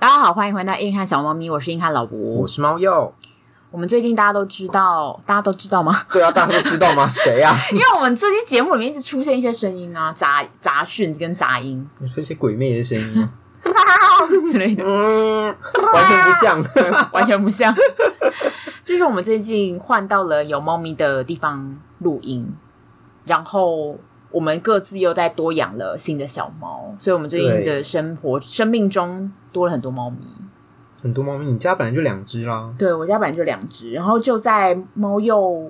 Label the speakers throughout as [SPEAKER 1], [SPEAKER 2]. [SPEAKER 1] 好，欢迎回到硬汉小猫咪，我是硬汉老
[SPEAKER 2] 我
[SPEAKER 1] 吴。
[SPEAKER 2] 是猫鼬。
[SPEAKER 1] 我们最近大家都知道，大家都知道吗？
[SPEAKER 2] 对啊，大家都知道吗？谁呀、啊？
[SPEAKER 1] 因为我们最近节目里面一直出现一些声音啊，杂杂讯跟杂音
[SPEAKER 2] 你说一些鬼魅的声音吗？
[SPEAKER 1] 之类 的，
[SPEAKER 2] 嗯，啊完全不 像。
[SPEAKER 1] 完全不像。 就是我们最近换到了有猫咪的地方录音，然后我们各自又再多养了新的小猫，所以我们最近
[SPEAKER 2] 对
[SPEAKER 1] 的生活生命中多了很多猫咪。
[SPEAKER 2] 很多猫咪，你家本来就两只啦。
[SPEAKER 1] 对我家本来就两只，然后就在猫又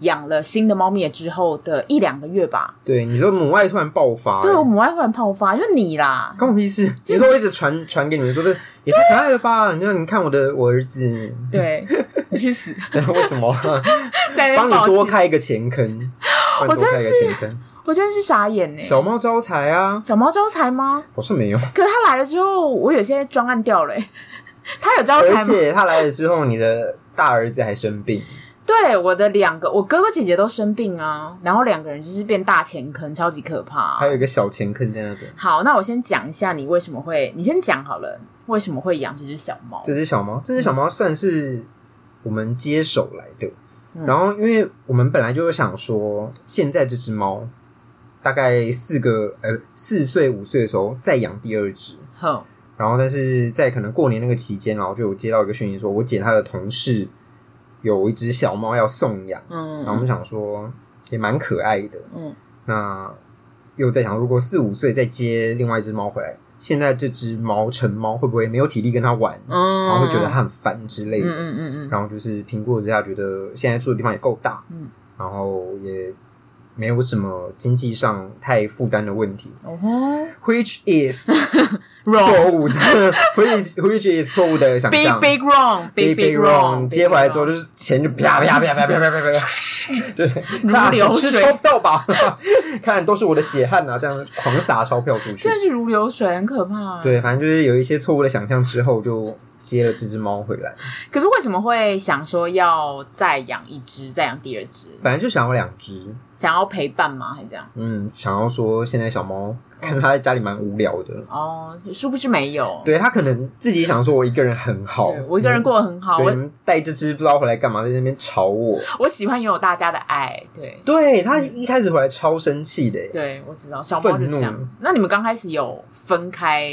[SPEAKER 1] 养了新的猫咪了之后的一两个月吧，
[SPEAKER 2] 对，你说母爱突然爆发、
[SPEAKER 1] 对我
[SPEAKER 2] 欸，
[SPEAKER 1] 母爱忽然爆发，就是你 啦，
[SPEAKER 2] 关我屁事。你说我一直传传给你们说，这也太可爱了吧？你看，你看我的我儿子，
[SPEAKER 1] 对你去死，
[SPEAKER 2] 为什么？
[SPEAKER 1] 在那 边
[SPEAKER 2] 帮你
[SPEAKER 1] 抱
[SPEAKER 2] 多
[SPEAKER 1] 歉，
[SPEAKER 2] 开一个前 坑，帮
[SPEAKER 1] 我
[SPEAKER 2] 你多
[SPEAKER 1] 真
[SPEAKER 2] 开一
[SPEAKER 1] 是
[SPEAKER 2] 个前坑。
[SPEAKER 1] 我真的是傻眼呢、
[SPEAKER 2] 小猫招财啊，
[SPEAKER 1] 小猫招财吗？
[SPEAKER 2] 好像没有。
[SPEAKER 1] 可是它来了之后，我有些专案掉了、欸，它有招
[SPEAKER 2] 而
[SPEAKER 1] 财吗？
[SPEAKER 2] 且它来了之后，你的大儿子还生病，
[SPEAKER 1] 对，我的两个，我哥哥姐姐都生病啊，然后两个人就是变大前坑，超级可怕、
[SPEAKER 2] 还有一个小前坑在那边。
[SPEAKER 1] 好，那我先讲一下你为什么会，你先讲好了，为什么会养这只小猫？
[SPEAKER 2] 这只小猫，这只小猫算是我们接手来的。
[SPEAKER 1] 嗯
[SPEAKER 2] 然后，因为我们本来就想说，现在这只猫大概四个呃四岁五岁的时候再养第二只，
[SPEAKER 1] 哼，
[SPEAKER 2] 然后但是在可能过年那个期间，然后就有接到一个讯息说，我姐她的同事有一只小猫要送养，
[SPEAKER 1] 嗯，
[SPEAKER 2] 然后我们想说也蛮可爱的，
[SPEAKER 1] 嗯，
[SPEAKER 2] 那又在想，如果四五岁再接另外一只猫回来，现在这只猫成猫会不会没有体力跟它玩？
[SPEAKER 1] 嗯，
[SPEAKER 2] 然后会觉得它很烦之类
[SPEAKER 1] 嗯
[SPEAKER 2] 的。
[SPEAKER 1] 嗯嗯嗯，
[SPEAKER 2] 然后就是评估了之下，觉得现在住的地方也够大，
[SPEAKER 1] 嗯，
[SPEAKER 2] 然后也没有什么经济上太负担的问题
[SPEAKER 1] 哦吼
[SPEAKER 2] ，which is
[SPEAKER 1] ，wrong
[SPEAKER 2] 错误的，which which is 错误的想
[SPEAKER 1] big
[SPEAKER 2] 象。
[SPEAKER 1] big wrong
[SPEAKER 2] big
[SPEAKER 1] big
[SPEAKER 2] wrong，
[SPEAKER 1] wrong，
[SPEAKER 2] 接回来之后就是钱就啪啪啪啪啪啪啪啪啪，对，看
[SPEAKER 1] 流
[SPEAKER 2] 是
[SPEAKER 1] 水
[SPEAKER 2] 钞票吧？看都是我的血汗啊，这样狂撒钞票出去
[SPEAKER 1] 真。的是如流水，很可怕。，欸
[SPEAKER 2] 对，反正就是有一些错误的想象之后，就接了这只猫回来。
[SPEAKER 1] 可是为什么会想说要再养一只，再养第二只，
[SPEAKER 2] 本来就想要两只，
[SPEAKER 1] 想要陪伴吗？还是这样？
[SPEAKER 2] 嗯，想要说现在小猫看它在家里蛮无聊的，
[SPEAKER 1] 哦，殊不知没有。
[SPEAKER 2] 对它可能自己想说我一个人很好
[SPEAKER 1] 对，，我一个人过得很好，
[SPEAKER 2] 对，你
[SPEAKER 1] 我
[SPEAKER 2] 们带这只不知道回来干嘛，在那边吵我。
[SPEAKER 1] 我喜欢拥有大家的爱。对，
[SPEAKER 2] 对它一开始回来超生气的耶，
[SPEAKER 1] 对我知道，小猫就是这
[SPEAKER 2] 愤怒
[SPEAKER 1] 样。那你们刚开始有分开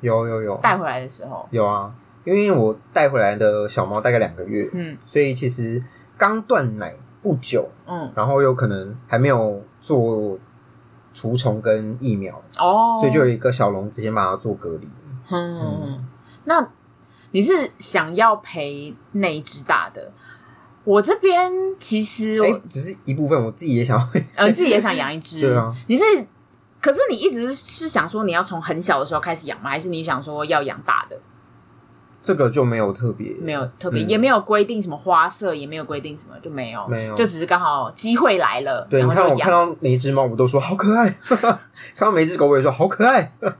[SPEAKER 2] 有有有
[SPEAKER 1] 带回来的时候，
[SPEAKER 2] 有啊，因为我带回来的小猫大概两个月，
[SPEAKER 1] 嗯
[SPEAKER 2] 所以其实刚断奶不久，
[SPEAKER 1] 嗯，
[SPEAKER 2] 然后有可能还没有做除虫跟疫苗，
[SPEAKER 1] 哦，
[SPEAKER 2] 所以就有一个小笼子先把它做隔离。
[SPEAKER 1] 嗯，那你是想要陪那一只大的？我这边其实我、
[SPEAKER 2] 哎、只是一部分，我自己也想要。
[SPEAKER 1] 呃自己也想养一只，
[SPEAKER 2] 对啊
[SPEAKER 1] 你是。可是你一直是想说你要从很小的时候开始养吗？还是你想说要养大的？
[SPEAKER 2] 这个就没有特别，
[SPEAKER 1] 没有特别，
[SPEAKER 2] 嗯
[SPEAKER 1] 也没有规定什么花色，也没有规定什么，就没有，
[SPEAKER 2] 没有
[SPEAKER 1] 就只是刚好机会来了，
[SPEAKER 2] 对，
[SPEAKER 1] 然
[SPEAKER 2] 你
[SPEAKER 1] 后
[SPEAKER 2] 看
[SPEAKER 1] 就
[SPEAKER 2] 我看
[SPEAKER 1] 养。
[SPEAKER 2] 到每一只猫，我都说好可爱； 看到每一只狗，我也说好可爱。
[SPEAKER 1] 对，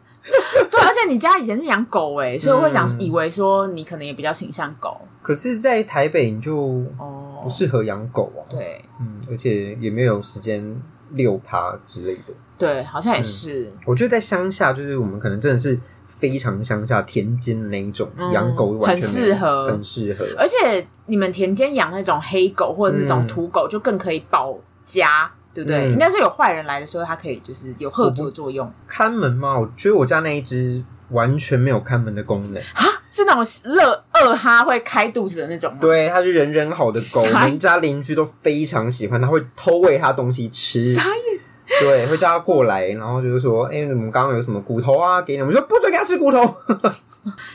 [SPEAKER 1] 而且你家以前是养狗诶、所以我会想
[SPEAKER 2] 嗯
[SPEAKER 1] 以为说你可能也比较倾向狗
[SPEAKER 2] 可是，在台北你就
[SPEAKER 1] 哦，
[SPEAKER 2] 不适合养狗啊，
[SPEAKER 1] 对，
[SPEAKER 2] 嗯，而且也没有时间遛它之类的。
[SPEAKER 1] 对，好像也
[SPEAKER 2] 嗯
[SPEAKER 1] 是。
[SPEAKER 2] 我觉得在乡下，就是我们可能真的是非常乡下、田间的那一种，
[SPEAKER 1] 嗯
[SPEAKER 2] 养狗完全没
[SPEAKER 1] 很适
[SPEAKER 2] 有
[SPEAKER 1] 合
[SPEAKER 2] 很适合。
[SPEAKER 1] 而且你们田间养那种黑狗或者那种
[SPEAKER 2] 嗯
[SPEAKER 1] 土狗，就更可以保家，对不对？
[SPEAKER 2] 嗯
[SPEAKER 1] 应该是有坏人来的时候，它可以就是有吓阻作用
[SPEAKER 2] 看门嘛，我觉得我家那一只完全没有看门的功能，
[SPEAKER 1] 啊，是那种乐二哈会开肚子的那种吗？，
[SPEAKER 2] 对，它是人人好的 狗，我
[SPEAKER 1] 傻眼
[SPEAKER 2] 们家邻居都非常喜欢它，会偷喂它东西吃，
[SPEAKER 1] 傻眼。
[SPEAKER 2] 对，会叫它过来，然后就是说，哎、我们刚刚有什么骨头啊，给你们，我说不准给它吃骨头，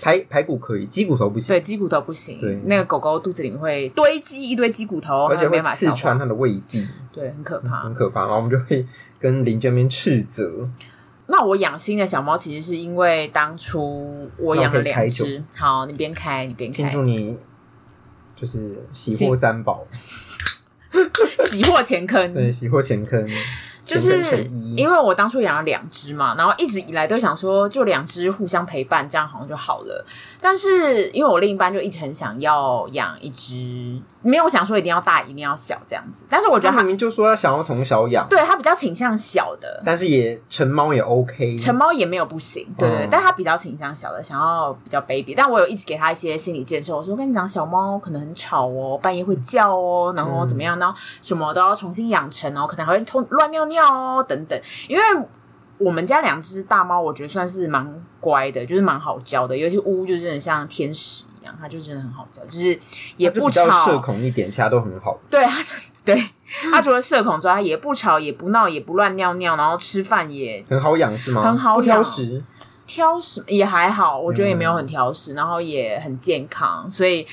[SPEAKER 2] 排排骨可以，鸡骨头不行，
[SPEAKER 1] 对，鸡骨头不行
[SPEAKER 2] 对，
[SPEAKER 1] 那个狗狗肚子里面会堆积一堆鸡骨头，
[SPEAKER 2] 而且
[SPEAKER 1] 它没
[SPEAKER 2] 会
[SPEAKER 1] 办法
[SPEAKER 2] 刺
[SPEAKER 1] 消化
[SPEAKER 2] 穿，嗯它的胃壁，
[SPEAKER 1] 对，很可怕。
[SPEAKER 2] 很可怕。然后我们就会跟邻居那边斥责，
[SPEAKER 1] 那我养新的小猫，其实是因为当初我养了两只。好，你边开，你边
[SPEAKER 2] 庆
[SPEAKER 1] 开
[SPEAKER 2] 祝，你就是喜获三宝，
[SPEAKER 1] 喜获前坑。
[SPEAKER 2] 对，喜获前坑。
[SPEAKER 1] 就是
[SPEAKER 2] 全嗯身成衣
[SPEAKER 1] 因为我当初养了两只嘛，然后一直以来都想说，就两只互相陪伴，这样好像就好了。但是因为我另一半就一直很想要养一只，没有想说一定要大，一定要小这样子。但是我觉
[SPEAKER 2] 他
[SPEAKER 1] 得他
[SPEAKER 2] 明明就说要想要从小养，
[SPEAKER 1] 对他比较倾向小的，
[SPEAKER 2] 但是也成猫也 OK，
[SPEAKER 1] 成猫也没有不行，对对对
[SPEAKER 2] 嗯
[SPEAKER 1] 但他比较倾向小的，想要比较 baby。但我有一直给他一些心理建设，我说我跟你讲，小猫可能很吵哦，半夜会叫哦，然后怎么样，然后什么都要重新养成哦，可能还会偷乱尿尿哦，等等。因为我们家两只大猫，我觉得算是蛮乖的，就是蛮好教的，尤其乌就真的像天使一样，它就真的很好教，就是也
[SPEAKER 2] 它就
[SPEAKER 1] 不
[SPEAKER 2] 比较社
[SPEAKER 1] 吵，
[SPEAKER 2] 恐一点，其他都很好。
[SPEAKER 1] 对，它就对。它除了社恐之外，它也不吵，也不闹，也不乱尿尿，然后吃饭也
[SPEAKER 2] 很好养是吗？
[SPEAKER 1] 很好养
[SPEAKER 2] 不挑食，
[SPEAKER 1] 挑食也还好，我觉得也没有很挑
[SPEAKER 2] 嗯
[SPEAKER 1] 食，然后也很健康，所以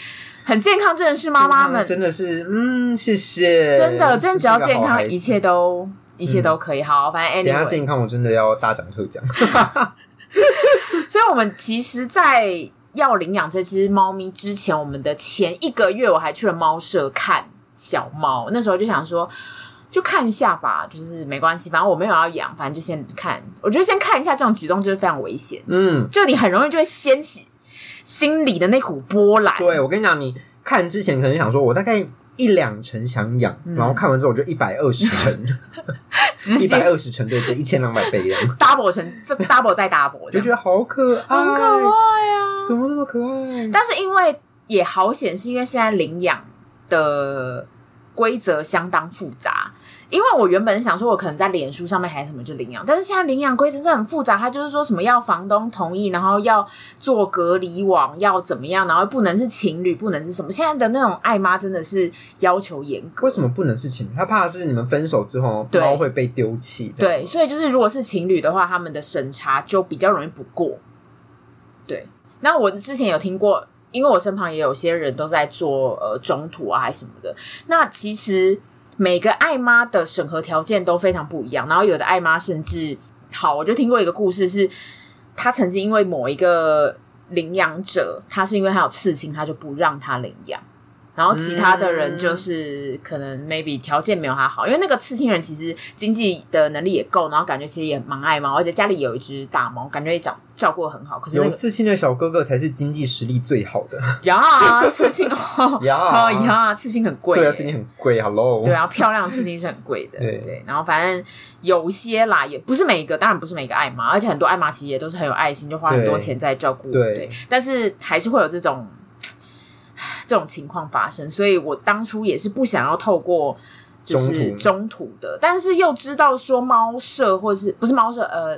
[SPEAKER 1] 很健康真的是妈妈们
[SPEAKER 2] 真的是，嗯，谢谢，
[SPEAKER 1] 真的真的只要健
[SPEAKER 2] 这是个好
[SPEAKER 1] 康，
[SPEAKER 2] 孩子嗯
[SPEAKER 1] 一切都一切都可以好，反正
[SPEAKER 2] 等一下
[SPEAKER 1] anyway，
[SPEAKER 2] 健康，我真的要大讲特 讲。
[SPEAKER 1] 所以我们其实，在要领养这只猫咪之前，我们的前一个月我还去了猫舍看小猫，那时候就想说。就看一下吧，就是没关系，反正我没有要养，反正就先看。我觉得先看一下这种举动就是非常危险，
[SPEAKER 2] 嗯，
[SPEAKER 1] 就你很容易就会掀起心里的那股波澜。
[SPEAKER 2] 对，我跟你讲，你看之前可能想说，我大概一两成想养，
[SPEAKER 1] 嗯
[SPEAKER 2] 然后看完之后我就一百二十 成，
[SPEAKER 1] 直
[SPEAKER 2] 一
[SPEAKER 1] 接
[SPEAKER 2] 百二十成对，这一千两百倍这 样，
[SPEAKER 1] double 成这 double 再 double，
[SPEAKER 2] 就觉
[SPEAKER 1] 得
[SPEAKER 2] 得好可爱，
[SPEAKER 1] 很可爱啊。
[SPEAKER 2] 怎么那么可爱？
[SPEAKER 1] 但是因为也好险，是因为现在领养的规则相当复杂。因为我原本想说，我可能在脸书上面还是什么就领养，但是现在领养规则是很复杂，它就是说什么要房东同意，然后要做隔离网，要怎么样，然后不能是情侣，不能是什么。现在的那种爱妈真的是要求严格。
[SPEAKER 2] 为什么不能是情侣？他怕的是你们分手之后，
[SPEAKER 1] 对
[SPEAKER 2] 猫会被丢弃。这样
[SPEAKER 1] 对，，所以就是如果是情侣的话，他们的审查就比较容易不过。对，那我之前有听过，因为我身旁也有些人都在做呃中途啊还是什么的，那其实每个爱妈的审核条件都非常不一样，然后有的爱妈甚至好，我就听过一个故事是，她曾经因为某一个领养者，她是因为她有刺青，她就不让她领养。然后其他的人
[SPEAKER 2] 嗯
[SPEAKER 1] 就是可能 maybe 条件没有她好，因为那个刺青人其实经济的能力也够，然后感觉其实也蛮爱猫，而且家里有一只大猫，感觉也照照顾得很好。可是那
[SPEAKER 2] 有
[SPEAKER 1] 个
[SPEAKER 2] 自信的小哥哥才是经济实力最好的。，
[SPEAKER 1] 呀，刺青哦
[SPEAKER 2] 呀
[SPEAKER 1] 哦呀，刺青很贵耶，
[SPEAKER 2] 对啊，自己很贵，Hello。
[SPEAKER 1] 对啊，漂亮的刺青是很贵的，
[SPEAKER 2] 对
[SPEAKER 1] 对。然后反正有些啦，也不是每一个，当然不是每一个爱妈，而且很多爱妈其实也都是很有爱心，就花很多
[SPEAKER 2] 对
[SPEAKER 1] 钱在照顾，
[SPEAKER 2] 对
[SPEAKER 1] 但是还是会有这种唉这种情况发生，所以我当初也是不想要透过。就是
[SPEAKER 2] 中途
[SPEAKER 1] 中途的，但是又知道说猫舍或者是不是猫舍，呃，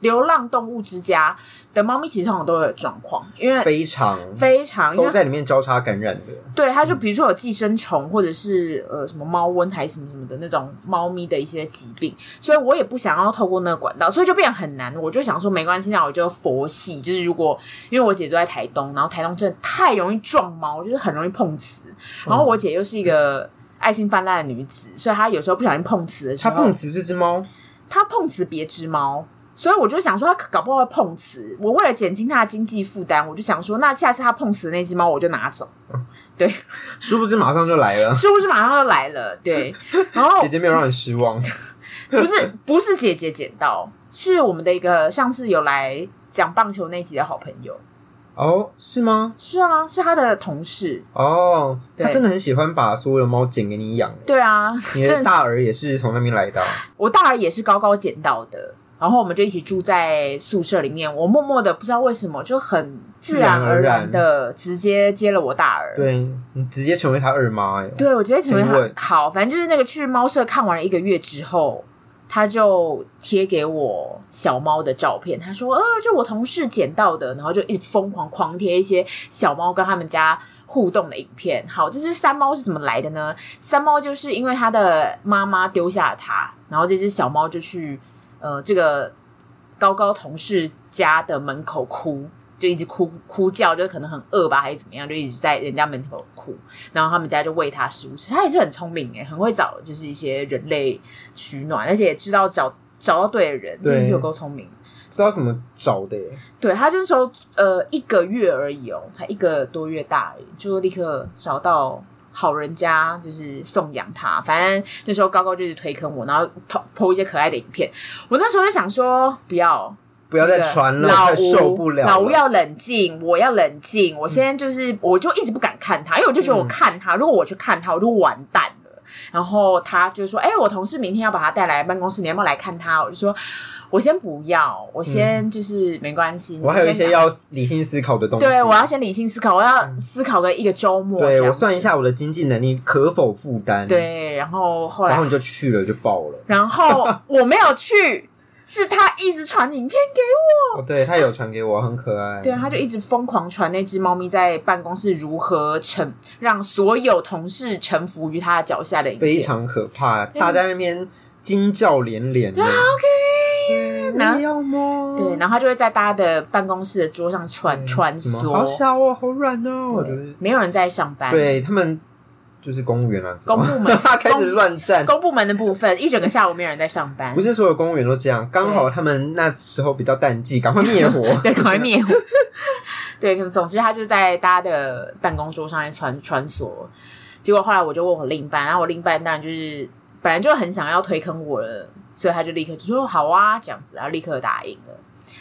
[SPEAKER 1] 流浪动物之家的猫咪其实通常都会有状况，因为
[SPEAKER 2] 非常
[SPEAKER 1] 非常因为
[SPEAKER 2] 都在里面交叉感染的。
[SPEAKER 1] 对，它
[SPEAKER 2] 嗯
[SPEAKER 1] 就比如说有寄生虫，或者是呃什么猫瘟还是什么什么的那种猫咪的一些疾病，所以我也不想要透过那个管道，所以就变得很难。我就想说没关系，那我就佛系，就是如果因为我姐住在台东，然后台东真的太容易撞猫，就是很容易碰瓷，
[SPEAKER 2] 嗯
[SPEAKER 1] 然后我姐又是一个。爱心泛滥的女子，所以她有时候不小心碰瓷的时
[SPEAKER 2] 它
[SPEAKER 1] 候，
[SPEAKER 2] 碰瓷这只猫，
[SPEAKER 1] 他碰瓷别只猫，所以我就想说他搞不好会碰瓷。我为了减轻他的经济负担，我就想说，那下次他碰瓷的那只猫我就拿走，
[SPEAKER 2] 殊不知马上就来 了。
[SPEAKER 1] 是不是马上就来 了？对，然后
[SPEAKER 2] 姐姐没有让你失望，
[SPEAKER 1] 不是不是姐姐捡到，是我们的一个上次有来讲棒球那集的好朋友，
[SPEAKER 2] 哦，是吗？
[SPEAKER 1] 是啊，是他的同事，
[SPEAKER 2] 哦，
[SPEAKER 1] 对
[SPEAKER 2] 它真的很喜欢把所有的猫捡给你养。
[SPEAKER 1] 对啊，
[SPEAKER 2] 你
[SPEAKER 1] 真
[SPEAKER 2] 的
[SPEAKER 1] 是
[SPEAKER 2] 大儿也是从那边来的啊，
[SPEAKER 1] 我大儿也是高高捡到的，然后我们就一起住在宿舍里面。我默默的不知道为什么就很自然而然的直接接了我大儿。
[SPEAKER 2] 对你直接成为它二妈哎。
[SPEAKER 1] 对，我直接成为
[SPEAKER 2] 很稳
[SPEAKER 1] 他好，反正就是那个去猫舍看完了一个月之后，他就贴给我小猫的照片，他说：“呃，这我同事捡到的。”然后就一直疯狂狂贴一些小猫跟他们家互动的影片。好，这只三猫是怎么来的呢？三猫就是因为它的妈妈丢下了它，然后这只小猫就去呃这个高高同事家的门口哭。就一直哭哭叫，就可能很饿吧，还是怎么样，就一直在人家门口哭。然后他们家就喂它食物吃，它也是很聪明哎，很会找就是一些人类取暖，而且也知道找找到对的人，
[SPEAKER 2] 对
[SPEAKER 1] 真的是有够聪明。
[SPEAKER 2] 不知道怎么找的耶，
[SPEAKER 1] 对它这时候呃一个月而已哦，才一个多月大而已，就立刻找到好人家就是送养它。反正那时候高高就是推坑我，然后剖剖一些可爱的影片。我那时候就想说，不要哦
[SPEAKER 2] 不要再传了，
[SPEAKER 1] 老
[SPEAKER 2] 快
[SPEAKER 1] 吴
[SPEAKER 2] 受不了了。嗯
[SPEAKER 1] 老吴要冷静，我要冷静。我现在就是，我就一直不敢看他，因为我就觉得我看他，如果我去看他，我就完蛋了。然后他就说：“哎、我同事明天要把他带来办公室，你要不要来看他？”我就说：“我先不要，我先就是、没关系。”
[SPEAKER 2] 嗯我还有一
[SPEAKER 1] 你先
[SPEAKER 2] 些
[SPEAKER 1] 拿
[SPEAKER 2] 要理性思考的东西。
[SPEAKER 1] 对，我要先理性思考，我要思考个一个周末。
[SPEAKER 2] 对
[SPEAKER 1] 这样
[SPEAKER 2] 我算一下我的经济能力可否负担。，
[SPEAKER 1] 对，然后后来
[SPEAKER 2] 然后你就去了，就爆了。
[SPEAKER 1] 然后我没有去，是他一直传影片给
[SPEAKER 2] 哦，对他有传给我，很可爱。
[SPEAKER 1] 我。对啊，他就一直疯狂传那只猫咪在办公室如何臣让所有同事臣服于他的脚下的影
[SPEAKER 2] 非
[SPEAKER 1] 片。
[SPEAKER 2] 常可怕，大家在那边惊叫连连的。对
[SPEAKER 1] 啊然后
[SPEAKER 2] 我也要摸，
[SPEAKER 1] 对，然后他就会在大家的办公室的桌上穿
[SPEAKER 2] 对
[SPEAKER 1] 穿
[SPEAKER 2] 嗯什么好
[SPEAKER 1] 梭，
[SPEAKER 2] 小哦，好软哦，我觉得
[SPEAKER 1] 对没有人在上班。，
[SPEAKER 2] 对他们就是公务员啊，
[SPEAKER 1] 公部 门
[SPEAKER 2] 开始乱站。
[SPEAKER 1] 公部门的部分，一整个下午没有人在上班
[SPEAKER 2] 不。是所有公务员都这样，刚好他们那时候比较淡季，赶快灭火。
[SPEAKER 1] 对，赶快灭火。对，可能总之他就在大家的办公桌上面穿穿梭。结果后来我就问我另一半，然后我另一半当然就是本来就很想要推坑我了，所以他就立刻就说好啊这样子，然后立刻答应了。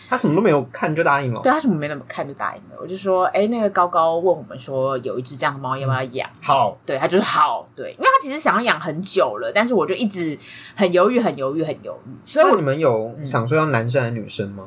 [SPEAKER 2] 他什么都没有看就答应了。
[SPEAKER 1] 对他什么没那么看就答应了，我就说哎、那个高高问我们说有一只这样的猫要不要养？
[SPEAKER 2] 好，
[SPEAKER 1] 对他就是好，对，因为他其实想要养很久了，但是我就一直很犹豫，很犹豫，很犹豫，所以
[SPEAKER 2] 那
[SPEAKER 1] 我嗯
[SPEAKER 2] 你们有想说要男生还是女生吗？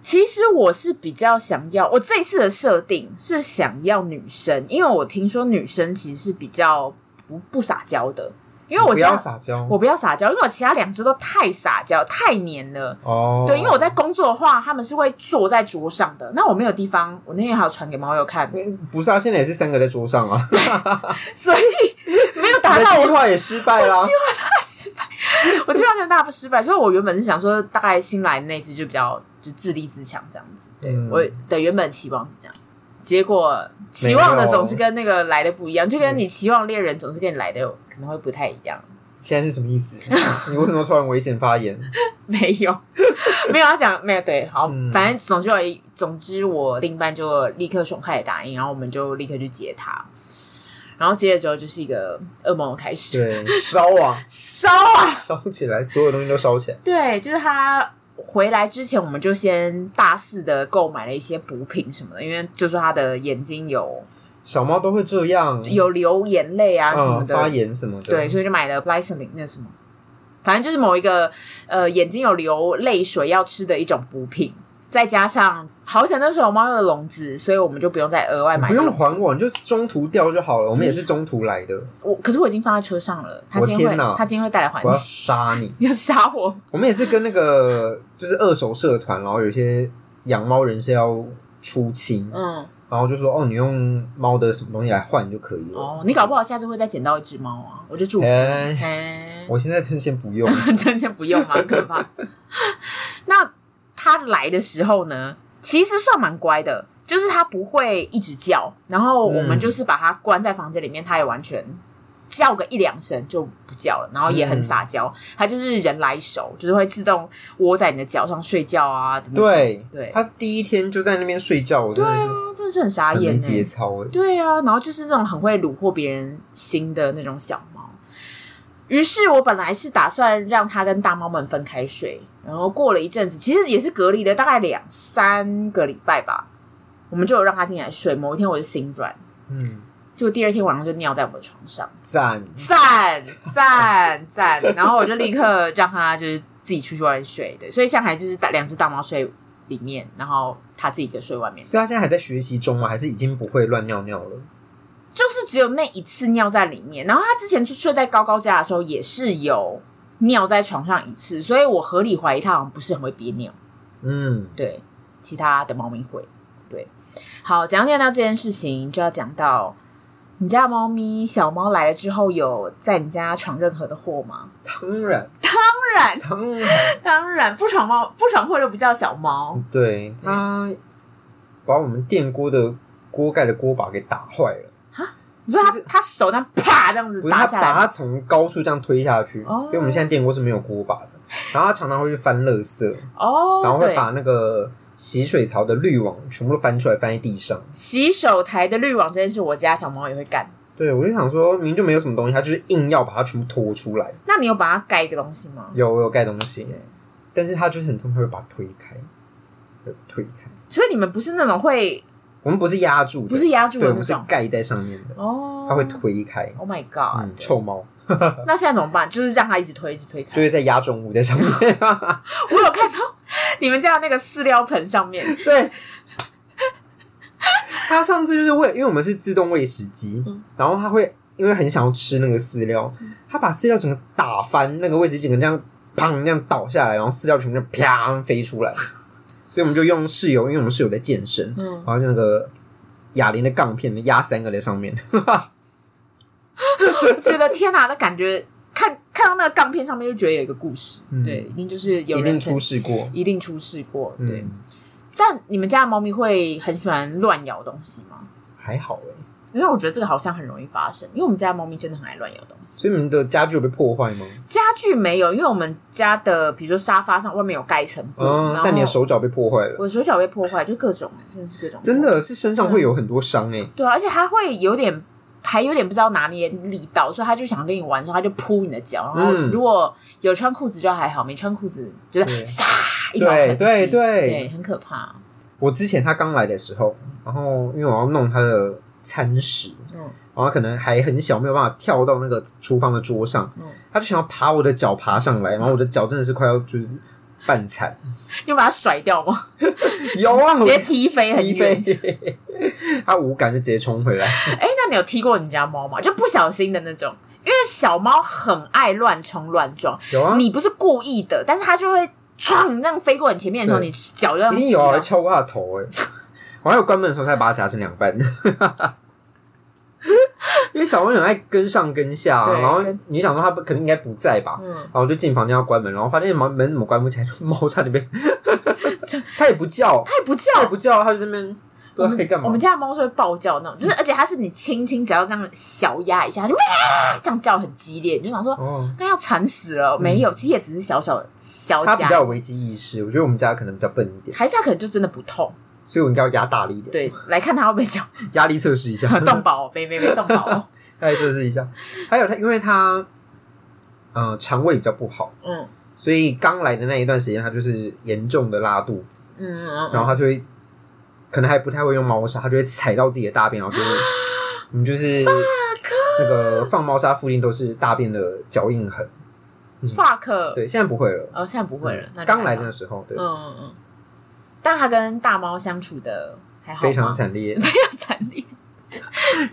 [SPEAKER 1] 其实我是比较想要，我这一次的设定是想要女生，因为我听说女生其实是比较不不撒娇的，因为我
[SPEAKER 2] 不
[SPEAKER 1] 知
[SPEAKER 2] 要
[SPEAKER 1] 道
[SPEAKER 2] 撒娇。
[SPEAKER 1] 我不要撒娇，因为我其他两只都太撒娇太黏了。
[SPEAKER 2] 哦，
[SPEAKER 1] 对，因为我在工作的话，他们是会坐在桌上的，那我没有地方，我那天还有传给猫友看，
[SPEAKER 2] 不是啊，现在也是三个在桌上啊，你
[SPEAKER 1] 所以没有达
[SPEAKER 2] 的
[SPEAKER 1] 啊到我
[SPEAKER 2] 计划也失败啦。
[SPEAKER 1] 失败，我基本上就大失败。所以我原本是想说，大概新来的那只就比较就自立自强这样子。对、
[SPEAKER 2] 嗯
[SPEAKER 1] 我的原本期望是这样，结果期望的
[SPEAKER 2] 没有
[SPEAKER 1] 总是跟那个来的不一样，就跟你期望猎人总是跟你来的可能会不太一样。
[SPEAKER 2] 现在是什么意思？你为什么突然危险 发言？
[SPEAKER 1] 没有，没有要讲，没有对，好，
[SPEAKER 2] 嗯
[SPEAKER 1] 反正总之有一，总之我另一半就立刻爽快的答应，然后我们就立刻去接他，然后接了之后就是一个噩梦的开始，
[SPEAKER 2] 对，烧啊，
[SPEAKER 1] 烧啊！
[SPEAKER 2] 烧起来，所有东西都烧起来。
[SPEAKER 1] 对，就是他回来之前，我们就先大肆的购买了一些补品什么的，因为就说他的眼睛有
[SPEAKER 2] 小猫都会这样，
[SPEAKER 1] 有流眼泪啊什么
[SPEAKER 2] 嗯
[SPEAKER 1] 的，
[SPEAKER 2] 发炎什么的。
[SPEAKER 1] 对，，所以就买了 Lysonin 那什么，反正就是某一个呃眼睛有流泪水要吃的一种补品，再加上好险那时候有猫药的笼子，所以我们就不用再额外
[SPEAKER 2] 你
[SPEAKER 1] 买。嗯
[SPEAKER 2] 不用还我，你就中途掉就好了。我们也是中途来的，
[SPEAKER 1] 我，可是我已经放在车上了，他
[SPEAKER 2] 我
[SPEAKER 1] 今天会
[SPEAKER 2] 天哪
[SPEAKER 1] 他今天会带来还
[SPEAKER 2] 我要
[SPEAKER 1] 你，
[SPEAKER 2] 杀你。
[SPEAKER 1] 你要 杀我。
[SPEAKER 2] 我们也是跟那个就是二手社团，然后有一些养猫人士要出清，
[SPEAKER 1] 嗯，
[SPEAKER 2] 然后就说哦，你用猫的什么东西来换就可以了。
[SPEAKER 1] 哦，你搞不好下次会再捡到一只猫啊，我就祝福你。
[SPEAKER 2] 哎
[SPEAKER 1] 哎
[SPEAKER 2] 我现在趁先不 用，
[SPEAKER 1] 真先不用 吗？可怕。那他来的时候呢，其实算蛮乖的，就是他不会一直叫，然后我们
[SPEAKER 2] 嗯
[SPEAKER 1] 就是把他关在房间里面，他也完全叫个一两声就不叫了，然后也很撒娇，
[SPEAKER 2] 嗯
[SPEAKER 1] 他就是人来熟，就是会自动窝在你的脚上睡觉啊。等等，
[SPEAKER 2] 对
[SPEAKER 1] 对
[SPEAKER 2] 他第一天就在那边睡觉，我真
[SPEAKER 1] 对
[SPEAKER 2] 的
[SPEAKER 1] 啊
[SPEAKER 2] 是，
[SPEAKER 1] 真的是很傻
[SPEAKER 2] 很没
[SPEAKER 1] 眼、
[SPEAKER 2] 节
[SPEAKER 1] 欸。
[SPEAKER 2] 操哎。
[SPEAKER 1] 对啊，然后就是那种很会虏获别人心的那种小猫。于是我本来是打算让它跟大猫们分开睡，然后过了一阵子，其实也是隔离的大概两三个礼拜吧，我们就有让它进来睡。某一天我就心软，
[SPEAKER 2] 嗯，
[SPEAKER 1] 结果第二天晚上就尿在我的床上，
[SPEAKER 2] 赞，
[SPEAKER 1] 赞赞赞！然后我就立刻让它就是自己出去外面睡，对，所以像还就是大两只大猫睡里面，然后它自己就睡外面。
[SPEAKER 2] 所以他现在还在学习中吗？还是已经不会乱尿尿了？
[SPEAKER 1] 就是只有那一次尿在里面，然后他之前睡在高高家的时候也是有尿在床上一次，所以我合理怀疑他好像不是很会憋尿。
[SPEAKER 2] 嗯，
[SPEAKER 1] 对，其他的猫咪会。对，好，讲到尿尿这件事情，就要讲到你家的猫咪小猫来了之后，有在你家闯任何的祸吗？
[SPEAKER 2] 当然，
[SPEAKER 1] 当然，
[SPEAKER 2] 当然，
[SPEAKER 1] 当然，不闯猫不闯祸就不叫小猫。
[SPEAKER 2] 对他把我们电锅的锅盖的锅把给打坏了，
[SPEAKER 1] 你说他、
[SPEAKER 2] 就是
[SPEAKER 1] 他手这样啪这样子
[SPEAKER 2] 不是
[SPEAKER 1] 打
[SPEAKER 2] 他
[SPEAKER 1] 下
[SPEAKER 2] 把
[SPEAKER 1] 来，
[SPEAKER 2] 它从高处这样推下去，
[SPEAKER 1] 哦
[SPEAKER 2] 所以我们现在电锅是没有锅把的。然后他常常会去翻垃圾，
[SPEAKER 1] 哦，
[SPEAKER 2] 然后会
[SPEAKER 1] 对，
[SPEAKER 2] 把那个洗水槽的滤网全部都翻出来翻在地上。
[SPEAKER 1] 洗手台的滤网这件事，我家小猫也会干。
[SPEAKER 2] 对，我就想说，明明就没有什么东西，他就是硬要把它全部拖出来。
[SPEAKER 1] 那你有把它盖一个东西吗？
[SPEAKER 2] 有，我有盖东西，哎但是他就是很重，他会把它推开，会推开。
[SPEAKER 1] 所以你们不是那种会
[SPEAKER 2] 我们不是压住的，
[SPEAKER 1] 不是压住
[SPEAKER 2] 对，
[SPEAKER 1] 的
[SPEAKER 2] 我
[SPEAKER 1] 那
[SPEAKER 2] 们是
[SPEAKER 1] 种
[SPEAKER 2] 盖在上面的，
[SPEAKER 1] 哦，
[SPEAKER 2] 它会。推开。
[SPEAKER 1] Oh my god！、
[SPEAKER 2] 嗯，臭猫
[SPEAKER 1] 那现在怎么办？就是让它一直推，一直推开。
[SPEAKER 2] 就会在压重物在 上面。
[SPEAKER 1] 我有看到 你们家的那个饲料盆上面，
[SPEAKER 2] 对，它上次就是喂，因为我们是自动喂食机，
[SPEAKER 1] 嗯
[SPEAKER 2] 然后它会因为很想要吃那个饲料，它把饲料整个打翻，那个喂食机整个这样砰这样倒下来，然后饲料全部就啪飞 出来。所以我们就用室友，因为我们室友在健身，
[SPEAKER 1] 嗯
[SPEAKER 2] 然，后就那个哑铃的杠片压三个在上面，
[SPEAKER 1] 我觉得天哪，那感觉看看到那个杠片上面就觉得有一个故事，
[SPEAKER 2] 嗯
[SPEAKER 1] 对，一定就是有
[SPEAKER 2] 一
[SPEAKER 1] 人
[SPEAKER 2] 定
[SPEAKER 1] 曾
[SPEAKER 2] 出事过。
[SPEAKER 1] 一定出事过，对。
[SPEAKER 2] 嗯，
[SPEAKER 1] 但你们家的猫咪会很喜欢乱咬东西吗？
[SPEAKER 2] 还好哎、
[SPEAKER 1] 因为我觉得这个好像很容易发生，因为我们家的猫咪真的很爱乱咬东西。
[SPEAKER 2] 所以你们的家具有被破坏吗？
[SPEAKER 1] 家具没有，因为我们家的比如说沙发上外面有盖层布，然
[SPEAKER 2] 嗯
[SPEAKER 1] 后，
[SPEAKER 2] 但你的手脚被破坏了，
[SPEAKER 1] 我的手脚被破坏，就各种真的是各种
[SPEAKER 2] 真的是身上会有很多伤哎、
[SPEAKER 1] 对啊，而且它会有点还有点不知道拿捏力道，所以它就想跟你玩的时候，它就扑你的脚，然后
[SPEAKER 2] 嗯
[SPEAKER 1] 如果有穿裤子就还好，没穿裤子就是
[SPEAKER 2] 对
[SPEAKER 1] 唰一条痕迹
[SPEAKER 2] 对对对
[SPEAKER 1] 对，很可怕。
[SPEAKER 2] 我之前他刚来的时候，然后因为我要弄他的餐食，
[SPEAKER 1] 嗯
[SPEAKER 2] 然后可能还很小，没有办法跳到那个厨房的桌上，
[SPEAKER 1] 嗯，
[SPEAKER 2] 他就想要爬我的脚爬上来，然后我的脚真的是快要就是半残，
[SPEAKER 1] 你有把它甩掉吗？
[SPEAKER 2] 有啊，
[SPEAKER 1] 直
[SPEAKER 2] 我
[SPEAKER 1] 接踢飞很
[SPEAKER 2] 踢
[SPEAKER 1] 远。
[SPEAKER 2] 飞， 他无感就直接冲回来，
[SPEAKER 1] 哎、那你有踢过你家猫吗？就不小心的那种，因为小猫很爱乱冲乱撞，
[SPEAKER 2] 有啊，
[SPEAKER 1] 你不是故意的，但是它就会 撞，那样飞过你前面的时候，
[SPEAKER 2] 对
[SPEAKER 1] 你脚就让
[SPEAKER 2] 一
[SPEAKER 1] 它
[SPEAKER 2] 定
[SPEAKER 1] 踢
[SPEAKER 2] 有啊，还
[SPEAKER 1] 到
[SPEAKER 2] 敲过他的头哎、我还有关门的时候才把他夹成两半。 因为小猫很爱跟上跟下、啊，
[SPEAKER 1] 对
[SPEAKER 2] 然后
[SPEAKER 1] 跟
[SPEAKER 2] 你想说它不可能应该不在吧，
[SPEAKER 1] 嗯，
[SPEAKER 2] 然后我就进房间要关门，然后发现门门怎么关不起来，猫差 点被，它也不叫，
[SPEAKER 1] 它也不叫
[SPEAKER 2] 它也不叫，它就在那边不知道可以干
[SPEAKER 1] 我
[SPEAKER 2] 嘛
[SPEAKER 1] 们。家的猫是会暴叫那种，就是而且它是你轻轻只要这样小压一下，它就喵这样叫很激烈，你就想说
[SPEAKER 2] 哦，
[SPEAKER 1] 那要惨死了。没有，其实也只是小小小
[SPEAKER 2] 嗯它比较
[SPEAKER 1] 夹
[SPEAKER 2] 有，危机意识，我觉得我们家可能比较笨一点，
[SPEAKER 1] 还是它可能就真的不痛。
[SPEAKER 2] 所以我应该要压大力一点，
[SPEAKER 1] 对，来看它会不会叫
[SPEAKER 2] 压力测试 一下，
[SPEAKER 1] 动保哦，没没没动保 哦。
[SPEAKER 2] 压力测试一下。还有它，因为它呃肠胃比较不好，
[SPEAKER 1] 嗯
[SPEAKER 2] 所以刚来的那一段时间，它就是严重的拉肚子，
[SPEAKER 1] 嗯嗯，
[SPEAKER 2] 然
[SPEAKER 1] 它
[SPEAKER 2] 后它就会可能还不太会用猫砂，它就会踩到自己的大便，然后就是我们就是那个放猫砂附近都是大便的脚印痕。
[SPEAKER 1] fuck，，
[SPEAKER 2] 嗯对，现在不会了。
[SPEAKER 1] 呃，现在不会了，那就
[SPEAKER 2] 刚
[SPEAKER 1] 还
[SPEAKER 2] 来
[SPEAKER 1] 好
[SPEAKER 2] 的时候，对，
[SPEAKER 1] 嗯嗯嗯，但它跟大猫相处的还好吗
[SPEAKER 2] 非 常，惨烈，
[SPEAKER 1] 非常惨烈。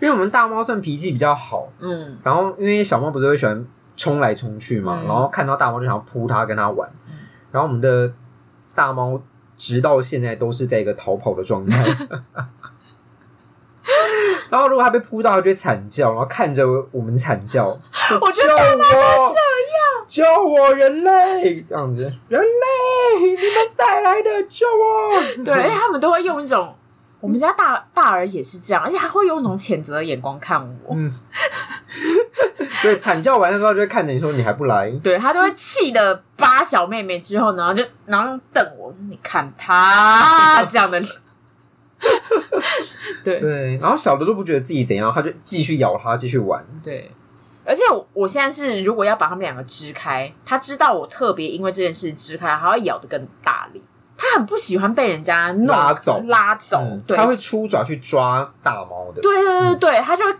[SPEAKER 2] 因为我们大猫算脾气比较好，
[SPEAKER 1] 嗯
[SPEAKER 2] 然后因为小猫不是会喜欢冲来冲去嘛，
[SPEAKER 1] 嗯
[SPEAKER 2] 然后看到大猫就想要扑它跟它玩
[SPEAKER 1] 嗯，
[SPEAKER 2] 然后我们的大猫直到现在都是在一个逃跑的状态。 然后如果它被扑到，它就会惨叫，然后看着我们惨叫，
[SPEAKER 1] 我觉
[SPEAKER 2] 救我！救我！人类这样子，人类，你们带来的救 我！
[SPEAKER 1] 对，而且他们都会用一种，嗯我们家大大儿也是这样，而且他会用一种谴责的眼光看我，
[SPEAKER 2] 嗯，对，惨叫完的时候就会看着你说你还不来，
[SPEAKER 1] 对他都会气的扒小妹妹之后，然后就然后用瞪我，你看他 这样的脸，对
[SPEAKER 2] 对，然后小的都不觉得自己怎样，他就继续咬它，继续玩，
[SPEAKER 1] 对。而且我我现在是，如果要把他们两个支开，他知道我特别因为这件事支开，还会咬得更大力。他很不喜欢被人家弄
[SPEAKER 2] 拉走
[SPEAKER 1] 拉走，
[SPEAKER 2] 嗯
[SPEAKER 1] 对，
[SPEAKER 2] 它会出爪去抓大猫的，
[SPEAKER 1] 对对对对，它就会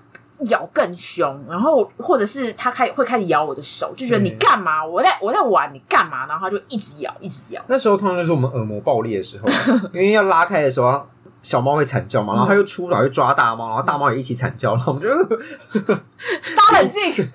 [SPEAKER 1] 咬更凶，然后或者是它开会开始咬我的手，就觉得你
[SPEAKER 2] 对
[SPEAKER 1] 干嘛？我在我在玩，你干嘛？然后它就一直咬，一直咬。
[SPEAKER 2] 那时候通常就是我们耳膜爆裂 的时候，因为要拉开的时候，小猫会惨叫嘛，
[SPEAKER 1] 嗯
[SPEAKER 2] 然后它又出爪去抓大猫，然后大猫也一起 惨叫，然后我们就呃
[SPEAKER 1] 大冷静，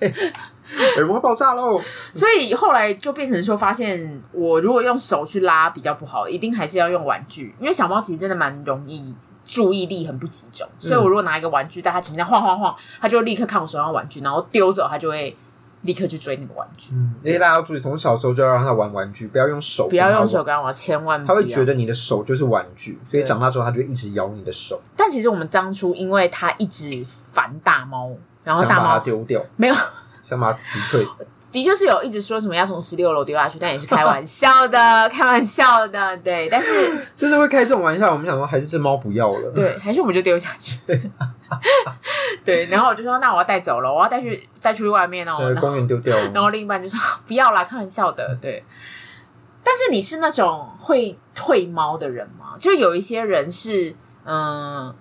[SPEAKER 2] 耳膜爆炸喽。
[SPEAKER 1] 嗯 所以后来就变成说，发现我如果用手去拉比较不好，一定还是要用玩具，因为小猫其实真的蛮容易。注意力很不集中，所以我如果拿一个玩具在它前面这样晃晃晃，它就立刻看我手上的玩具，然后丢走，它就会立刻去追那个玩具。
[SPEAKER 2] 嗯，而且大家要注意，从小时候就要让它玩玩具，不要用手，
[SPEAKER 1] 不要用手，干我，千万不
[SPEAKER 2] 它
[SPEAKER 1] 要。
[SPEAKER 2] 会觉得你的手就是玩具，所
[SPEAKER 1] 啊对
[SPEAKER 2] 以长大之后它就会一直咬你的手，
[SPEAKER 1] 但其实我们当初因为他一直烦大猫，然后
[SPEAKER 2] 想
[SPEAKER 1] 大
[SPEAKER 2] 把它
[SPEAKER 1] 猫
[SPEAKER 2] 丢掉，
[SPEAKER 1] 没有，
[SPEAKER 2] 想把它辞退。
[SPEAKER 1] 的确是有一直说什么要从十六楼丢下去，但也是开玩笑 的，开玩笑的，对。但是
[SPEAKER 2] 真的会开这种玩笑，我们想说还是这猫不要了。，
[SPEAKER 1] 对，还是我们就丢下 去。对，然后我就说，那我要带走了，我要带去带出去外面哦。
[SPEAKER 2] 呃，
[SPEAKER 1] 然后
[SPEAKER 2] 公园丢掉了。
[SPEAKER 1] 然后另一半就说 不要啦，开玩笑
[SPEAKER 2] 嗯
[SPEAKER 1] 的，对。但是你是那种会退猫的人吗？就有一些人是，嗯、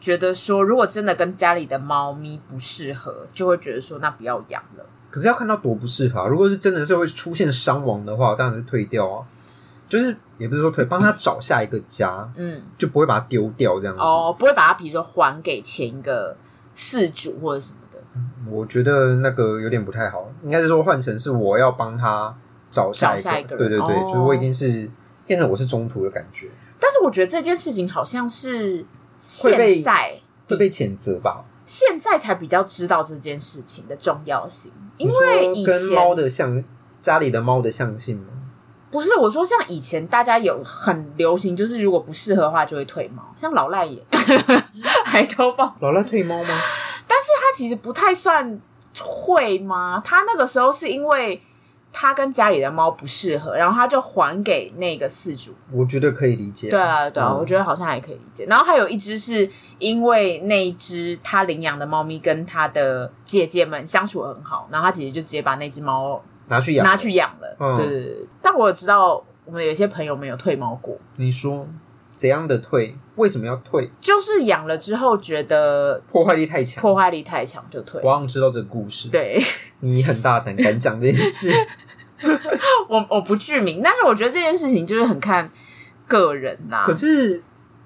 [SPEAKER 1] 觉得说如果真的跟家里的猫咪不适合，就会觉得说那不要养了。
[SPEAKER 2] 可是要看到多不适合啊、如果是真的是会出现伤亡的话，当然是退掉啊。就是也不是说退，帮他找下一个家，
[SPEAKER 1] 嗯，
[SPEAKER 2] 就不会把它丢掉这样子。
[SPEAKER 1] 哦，不会把它比如说还给前一个饲主或者什么的，
[SPEAKER 2] 我觉得那个有点不太好，应该是说换成是我要帮他找下一个，
[SPEAKER 1] 找下一个人
[SPEAKER 2] 对对对，
[SPEAKER 1] 哦
[SPEAKER 2] 就是我已经是变成我是中途的感觉，
[SPEAKER 1] 但是我觉得这件事情好像是
[SPEAKER 2] 会被
[SPEAKER 1] 现在
[SPEAKER 2] 会被谴责吧？
[SPEAKER 1] 现在才比较知道这件事情的重要性，因
[SPEAKER 2] 你说
[SPEAKER 1] 为以
[SPEAKER 2] 跟
[SPEAKER 1] 前
[SPEAKER 2] 猫的象，家里的猫的象性吗？
[SPEAKER 1] 不是我说，像以前大家有很流行，就是如果不适合的话就会退猫，像老赖也还都放，
[SPEAKER 2] 老赖退猫吗？
[SPEAKER 1] 但是他其实不太算退吗？他那个时候是因为他跟家里的猫不适合，然后他就还给那个饲主。
[SPEAKER 2] 我觉得可以理解。
[SPEAKER 1] 对啊，对啊，
[SPEAKER 2] 嗯
[SPEAKER 1] 我觉得好像还可以理解。然后还有一只是因为那一只他领养的猫咪跟他的姐姐们相处得很好，然后他姐姐就直接把那只猫
[SPEAKER 2] 拿去养，
[SPEAKER 1] 拿去养了。
[SPEAKER 2] 嗯
[SPEAKER 1] 对对对，对但我知道我们有一些朋友没有退猫过。
[SPEAKER 2] 你说怎样的退？为什么要退？
[SPEAKER 1] 就是养了之后觉得
[SPEAKER 2] 破坏力太强。
[SPEAKER 1] 破坏力太强就退
[SPEAKER 2] 我。好像知道这个故事。，
[SPEAKER 1] 对
[SPEAKER 2] 你很大胆，敢讲这件事。
[SPEAKER 1] 我我不具名，但是我觉得这件事情就是很看个人啦、
[SPEAKER 2] 可是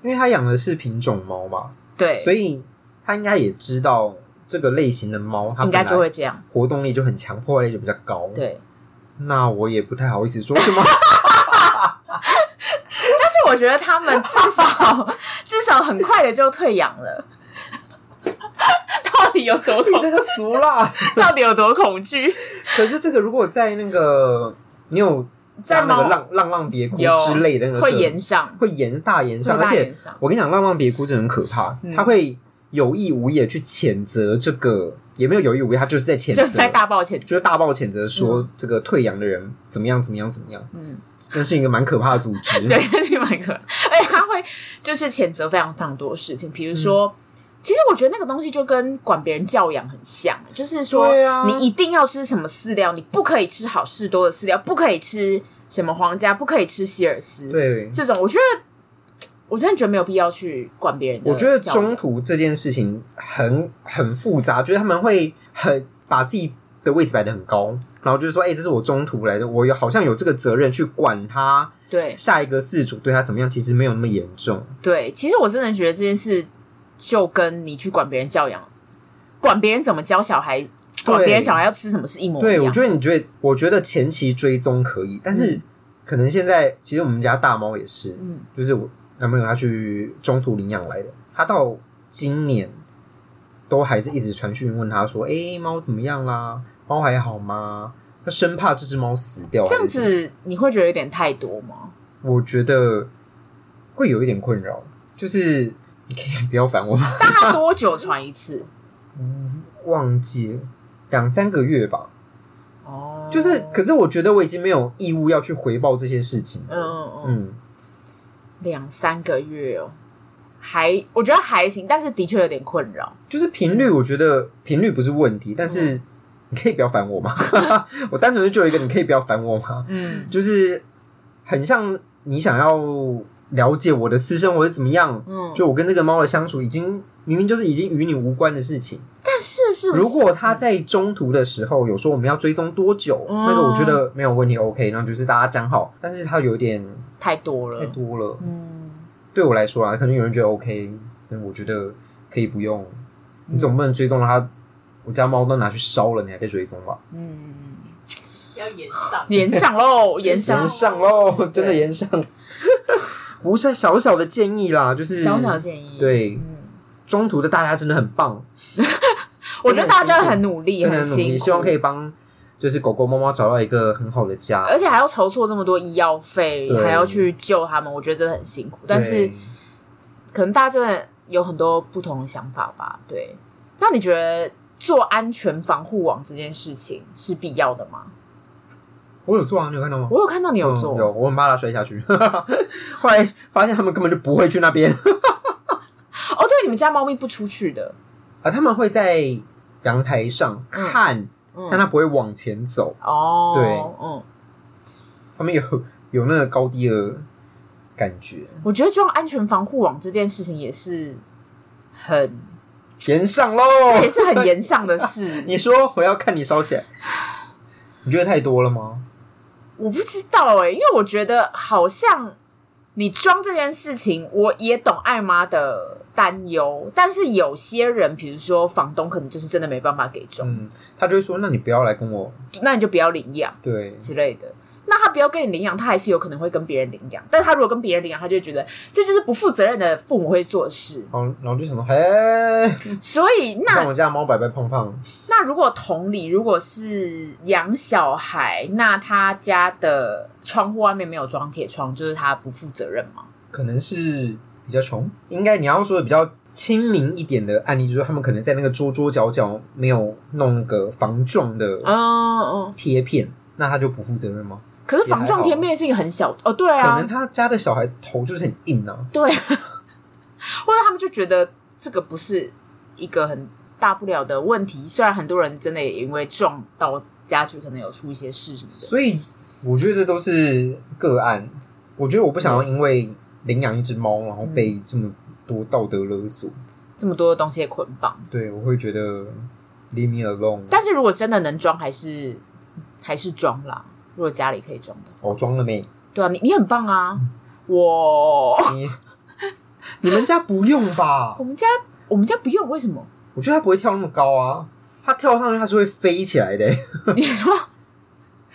[SPEAKER 2] 因为他养的是品种猫嘛，
[SPEAKER 1] 对，
[SPEAKER 2] 所以他应该也知道这个类型的猫，它
[SPEAKER 1] 应
[SPEAKER 2] 本
[SPEAKER 1] 该
[SPEAKER 2] 来
[SPEAKER 1] 就会这样。
[SPEAKER 2] 活动力就很强，破坏力就比较高。，
[SPEAKER 1] 对，
[SPEAKER 2] 那我也不太好意思 说什么。
[SPEAKER 1] 但是我觉得他 们至少至少很快的就退养 了。到底有多
[SPEAKER 2] 你
[SPEAKER 1] 恐？
[SPEAKER 2] 这个俗啦！
[SPEAKER 1] 到底有多恐 惧？
[SPEAKER 2] 可是这个如果在那个你有
[SPEAKER 1] 在
[SPEAKER 2] 加那个
[SPEAKER 1] 猫
[SPEAKER 2] 浪浪浪别哭
[SPEAKER 1] 有
[SPEAKER 2] 之类的那个
[SPEAKER 1] 会
[SPEAKER 2] 社
[SPEAKER 1] 延上，
[SPEAKER 2] 会延大延上，
[SPEAKER 1] 会
[SPEAKER 2] 而
[SPEAKER 1] 大
[SPEAKER 2] 且
[SPEAKER 1] 延上
[SPEAKER 2] 我跟你讲，浪浪别哭真的很可怕，
[SPEAKER 1] 嗯
[SPEAKER 2] 他会有意无意的去谴责这个，也没有有意无意，他就是在谴责，
[SPEAKER 1] 就是在大抱歉。
[SPEAKER 2] 就是大爆谴责说这个退养的人怎么样怎么样怎么样，
[SPEAKER 1] 嗯，
[SPEAKER 2] 真是一个蛮可怕的组织。
[SPEAKER 1] 对，去买个，而且他会就是谴责非常非常多的事情，比如说。
[SPEAKER 2] 嗯
[SPEAKER 1] 其实我觉得那个东西就跟管别人教养很像，就是说
[SPEAKER 2] 对啊
[SPEAKER 1] 你一定要吃什么饲料，你不可以吃好事多的饲料，不可以吃什么皇家，不可以吃希尔斯。，
[SPEAKER 2] 对，
[SPEAKER 1] 这种我觉得我真的觉得没有必要去管别人的
[SPEAKER 2] 我觉得
[SPEAKER 1] 教养
[SPEAKER 2] 中途这件事情很很复杂，就是他们会很把自己的位置摆得很高，然后就是说，哎、这是我中途来的，我有好像有这个责任去管他
[SPEAKER 1] 对
[SPEAKER 2] 下一个事主对他怎么样，其实没有那么严重。
[SPEAKER 1] 对，其实我真的觉得这件事就跟你去管别人教养，管别人怎么教小孩，管别人小孩要吃什么是一模一
[SPEAKER 2] 对，
[SPEAKER 1] 样。
[SPEAKER 2] 我觉得你觉得，我觉得前期追踪可以，但是
[SPEAKER 1] 嗯
[SPEAKER 2] 可能现在其实我们家大猫也是，
[SPEAKER 1] 嗯
[SPEAKER 2] 就是我男朋友他去中途领养来的，他到今年都还是一直传讯问他说：“哎、猫怎么样啦？猫还好吗？”他生怕这只猫死掉。
[SPEAKER 1] 这样
[SPEAKER 2] 还是什么，
[SPEAKER 1] 子你会觉得有点太多吗？
[SPEAKER 2] 我觉得会有一点困扰，就是你可以不要烦我吗？ 嗯
[SPEAKER 1] 大概多久传一次？
[SPEAKER 2] 忘记了两三个月吧，
[SPEAKER 1] 哦，
[SPEAKER 2] 就是，可是我觉得我已经没有义务要去回报这些事情。
[SPEAKER 1] 嗯嗯嗯，
[SPEAKER 2] 嗯，
[SPEAKER 1] 两三个月哦，还我觉得还行，但是的确有点困扰。
[SPEAKER 2] 就是频率，我觉得频率不是问题，但
[SPEAKER 1] 嗯
[SPEAKER 2] 是你可以不要烦我吗？ 我单纯就有一个，你可以不要烦我吗？
[SPEAKER 1] 嗯
[SPEAKER 2] 就是很像你想要了解我的私生活是怎么样，
[SPEAKER 1] 嗯，
[SPEAKER 2] 就我跟这个猫的相处，已经明明就是已经与你无关的事情。
[SPEAKER 1] 但是是不是
[SPEAKER 2] 如果它在中途的时候有说我们要追踪多久，
[SPEAKER 1] 嗯
[SPEAKER 2] 那个我觉得没有问题，OK，然后就是大家讲好，但是它有点
[SPEAKER 1] 太多了，
[SPEAKER 2] 太多了，
[SPEAKER 1] 嗯，
[SPEAKER 2] 对我来说啊，可能有人觉得 OK，但我觉得可以不用。
[SPEAKER 1] 嗯
[SPEAKER 2] 你总不能追踪了它，我家猫都拿去烧了，你还在追踪吧？
[SPEAKER 1] 嗯，
[SPEAKER 3] 要延上，
[SPEAKER 1] 延上喽， 延上
[SPEAKER 2] 延，上喽，真的延上。 不是啊小小的建议啦，就是
[SPEAKER 1] 小小建议，
[SPEAKER 2] 对
[SPEAKER 1] 嗯，
[SPEAKER 2] 中途的大家真的很棒，
[SPEAKER 1] 我觉得大家很努力，
[SPEAKER 2] 真的
[SPEAKER 1] 很
[SPEAKER 2] 很努
[SPEAKER 1] 辛
[SPEAKER 2] 力，
[SPEAKER 1] 苦，
[SPEAKER 2] 希望可以帮就是狗狗、猫猫找到一个很好的家。
[SPEAKER 1] 而且还要筹措这么多医药费，
[SPEAKER 2] 对
[SPEAKER 1] 还要去救他们，我觉得真的很辛苦。但是
[SPEAKER 2] 对
[SPEAKER 1] 可能大家真的有很多不同的想法吧。对，那你觉得做安全防护网这件事情是必要的吗？
[SPEAKER 2] 我有做啊，你有看到吗？
[SPEAKER 1] 我有看到你有做，
[SPEAKER 2] 嗯有，我很怕它摔下去。 后来发现他们根本就不会去那边
[SPEAKER 1] 哦，对，你们家猫咪不出去的，
[SPEAKER 2] 啊，他们会在阳台上看，
[SPEAKER 1] 嗯
[SPEAKER 2] 但它不会往前走。
[SPEAKER 1] 哦，
[SPEAKER 2] 对
[SPEAKER 1] 嗯，
[SPEAKER 2] 他们有有那个高低的感觉，
[SPEAKER 1] 我觉得装安全防护网这件事情也是很，
[SPEAKER 2] 延上喽。。
[SPEAKER 1] 也是很严上的事
[SPEAKER 2] 你说我要看你烧起来，你觉得太多了吗？
[SPEAKER 1] 我不知道哎、因为我觉得好像你装这件事情，我也懂艾妈的担忧，但是有些人，比如说房东，可能就是真的没办法给装，
[SPEAKER 2] 嗯，他就会说，那你不要来跟我
[SPEAKER 1] 那你就不要领养。
[SPEAKER 2] 对。
[SPEAKER 1] 之类的。那他不要跟你领养，他还是有可能会跟别人领养。但他如果跟别人领养，他就会觉得这就是不负责任的父母会做的事。
[SPEAKER 2] 然后，然后就想到，嘿，
[SPEAKER 1] 所以
[SPEAKER 2] 看
[SPEAKER 1] 那
[SPEAKER 2] 嗯我家猫白白胖胖，
[SPEAKER 1] 那如果同理，如果是养小孩，那他家的窗户外面没有装铁窗，就是他不负责任吗？
[SPEAKER 2] 可能是比较穷。应该你要说的比较亲民一点的案例，就是他们可能在那个桌桌角角没有弄那个防撞的
[SPEAKER 1] 嗯嗯。
[SPEAKER 2] 贴片，那他就不负责任吗？
[SPEAKER 1] 可是防撞贴面是一个很小哦，对
[SPEAKER 2] 可
[SPEAKER 1] 啊
[SPEAKER 2] 能，他家的小孩头就是很硬啊，
[SPEAKER 1] 对， 或者他们就觉得这个不是一个很大不了的问题。虽然很多人真的也因为撞到家具，可能有出一些事什么的。
[SPEAKER 2] 所以我觉得这都是个案。我觉得我不想要因为领养一只猫，然后被这么多道德勒索。
[SPEAKER 1] 这么多的东西的捆绑。
[SPEAKER 2] 对，我会觉得 leave me alone。
[SPEAKER 1] 但是如果真的能装，还是还是装啦。如果家里可以装的，
[SPEAKER 2] 我装了没？
[SPEAKER 1] 对啊，你你很棒啊！我
[SPEAKER 2] 你你们家不用吧
[SPEAKER 1] 我？们家我们家不用，为什 么？
[SPEAKER 2] 我觉得它不会跳那么高啊，它跳上去它是会飞起来的、
[SPEAKER 1] 你说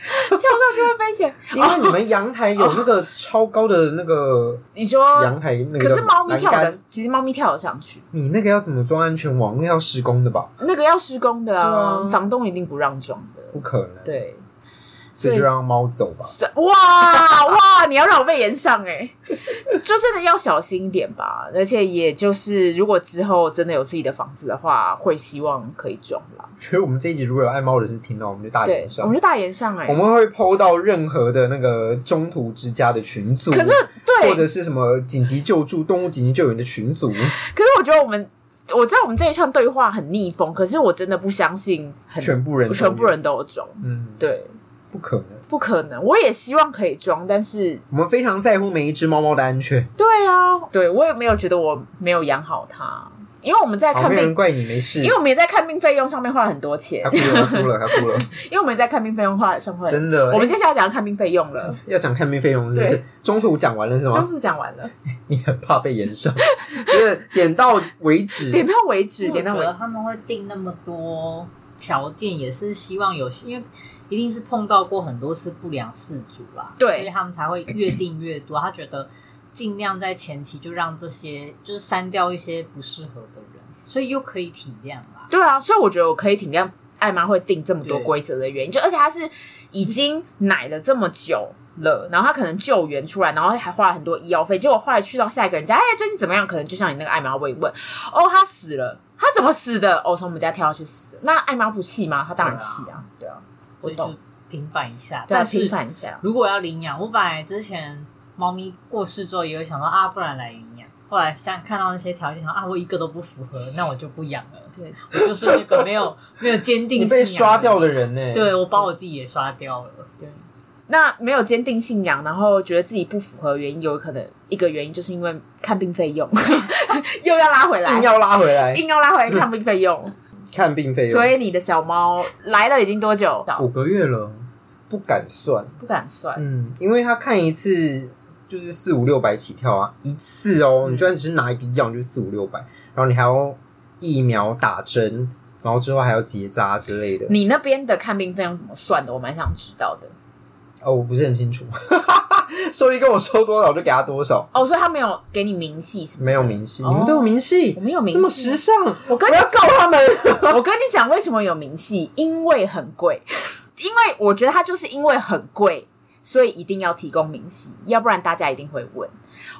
[SPEAKER 1] 跳上去会飞起来？
[SPEAKER 2] 因为你们阳台有那个超高的那个
[SPEAKER 1] 你说，
[SPEAKER 2] 阳台那个叫
[SPEAKER 1] 哦可
[SPEAKER 2] 什
[SPEAKER 1] 是
[SPEAKER 2] 么
[SPEAKER 1] 猫咪跳
[SPEAKER 2] 栏
[SPEAKER 1] 的
[SPEAKER 2] 杆，
[SPEAKER 1] 其实猫咪跳得上去，
[SPEAKER 2] 你那个要怎么装安全网？那个要施工的吧？
[SPEAKER 1] 那个要施工的
[SPEAKER 2] 对啊
[SPEAKER 1] 啊，房东一定不让装
[SPEAKER 2] 不
[SPEAKER 1] 的。
[SPEAKER 2] 可能。，
[SPEAKER 1] 对，
[SPEAKER 2] 所以就让猫走吧。
[SPEAKER 1] 是哇哇，你要让我被延上哎、 就真的要小心一点吧。而且也就是，如果之后真的有自己的房子的话，会希望可以装啦。
[SPEAKER 2] 觉得我们这一集如果有爱猫的是听到，我们就大
[SPEAKER 1] 对
[SPEAKER 2] 言，上
[SPEAKER 1] 我们。就大延上哎、
[SPEAKER 2] 啊我们会剖到任何的那个中途之家的群组，
[SPEAKER 1] 可是对，
[SPEAKER 2] 或者是什么紧急救助动物紧急救援的群组，
[SPEAKER 1] 可是我觉得我们。我知道我们这一串对话很逆风，可是我真的不相信很
[SPEAKER 2] 全部人都有
[SPEAKER 1] 全部人都有装，
[SPEAKER 2] 嗯，，
[SPEAKER 1] 对，
[SPEAKER 2] 不可能。
[SPEAKER 1] 不可能。我也希望可以装，但是
[SPEAKER 2] 我们非常在乎每一只猫猫的安全，
[SPEAKER 1] 对啊，对我也没有觉得我没有养好它，因为我们在
[SPEAKER 2] 好，
[SPEAKER 1] 看
[SPEAKER 2] 哦没有人
[SPEAKER 1] 病，
[SPEAKER 2] 怪你，没事
[SPEAKER 1] 因为。我们也在看病费用上面花了很多钱
[SPEAKER 2] 他，哭了，他哭了，他 哭了，
[SPEAKER 1] 因为我们在看病费用花了上会，
[SPEAKER 2] 真的。哎
[SPEAKER 1] 我们
[SPEAKER 2] 欸
[SPEAKER 1] 接下来讲看病费用了，
[SPEAKER 2] 要讲看病费用是不是
[SPEAKER 1] 对？
[SPEAKER 2] 中途讲完了是
[SPEAKER 1] 中
[SPEAKER 2] 吗？
[SPEAKER 1] 途讲完了，
[SPEAKER 2] 你很怕被延上，就是点到为止。
[SPEAKER 1] 点到为止，
[SPEAKER 3] 我觉
[SPEAKER 1] 点到为
[SPEAKER 3] 得
[SPEAKER 1] 止。
[SPEAKER 3] 他们会定那么多条件，也是希望有，因为一定是碰到过很多次不良事主啦，
[SPEAKER 1] 对
[SPEAKER 3] 所以他们才会越定越多。他觉得尽量在前期就让这些，就是删掉一些不适合的人，所以又可以体谅啦。
[SPEAKER 1] 对啊，所以我觉得我可以体谅艾妈会定这么多
[SPEAKER 3] 对
[SPEAKER 1] 规则的原因，就而且她是已经奶了这么久了，然后她可能救援出来，然后还花了很多医药费，结果后来去到下一个人家，哎，最近怎么样？可能就像你那个艾妈问一问， 哦，她死了。她怎么死的？哦，从我们家跳下去死了。那艾妈不气吗？她当然气啊，对啊，
[SPEAKER 3] 所以
[SPEAKER 1] 懂
[SPEAKER 3] 就平反一下，
[SPEAKER 1] 对啊，
[SPEAKER 3] 但是
[SPEAKER 1] 平反一下。
[SPEAKER 3] 如果要领养，我本来之前猫咪过世之后也有想说啊，不然来领养。后来像看到那些条件，想啊，我一个都不符合，那我就不养了。
[SPEAKER 1] 对，
[SPEAKER 3] 我就是那个没有没有坚定
[SPEAKER 2] 你
[SPEAKER 3] 信
[SPEAKER 2] 被
[SPEAKER 1] 啊
[SPEAKER 2] 刷掉
[SPEAKER 3] 了。
[SPEAKER 2] 的人呢？
[SPEAKER 3] 对，我把我自己也刷掉了。
[SPEAKER 1] 那没有坚定信仰，然后觉得自己不符合原因，有可能一个原因就是因为看病费用 又要拉回来，
[SPEAKER 2] 硬要拉回来
[SPEAKER 1] 硬要拉回来看病费用。
[SPEAKER 2] 看病费用，
[SPEAKER 1] 所以你的小猫来了已经多久？
[SPEAKER 2] 五个月了，不敢算。
[SPEAKER 1] 不敢算，
[SPEAKER 2] 嗯，因为他看一次就是四五六百起跳啊，一次哦，
[SPEAKER 1] 嗯
[SPEAKER 2] 你就算只是拿一个药就是四五六百，然后你还要疫苗打针，然后之后还要结扎之类的。
[SPEAKER 1] 你那边的看病费用怎么算的？我蛮想知道的。
[SPEAKER 2] 哦，我不是很清楚， 兽医跟我说多少我就给他多少，
[SPEAKER 1] 哦，所以他没有给你明细什么？
[SPEAKER 2] 没有明细，
[SPEAKER 1] 哦
[SPEAKER 2] 你们都有明细，
[SPEAKER 1] 我们有明
[SPEAKER 2] 这么
[SPEAKER 1] 细啊
[SPEAKER 2] 时尚，
[SPEAKER 1] 我
[SPEAKER 2] 我
[SPEAKER 1] 跟你
[SPEAKER 2] 要告他们。
[SPEAKER 1] 我跟你讲，为什么有明细？因为很贵，因为我觉得它就是因为很贵，所以一定要提供明细，要不然大家一定会问。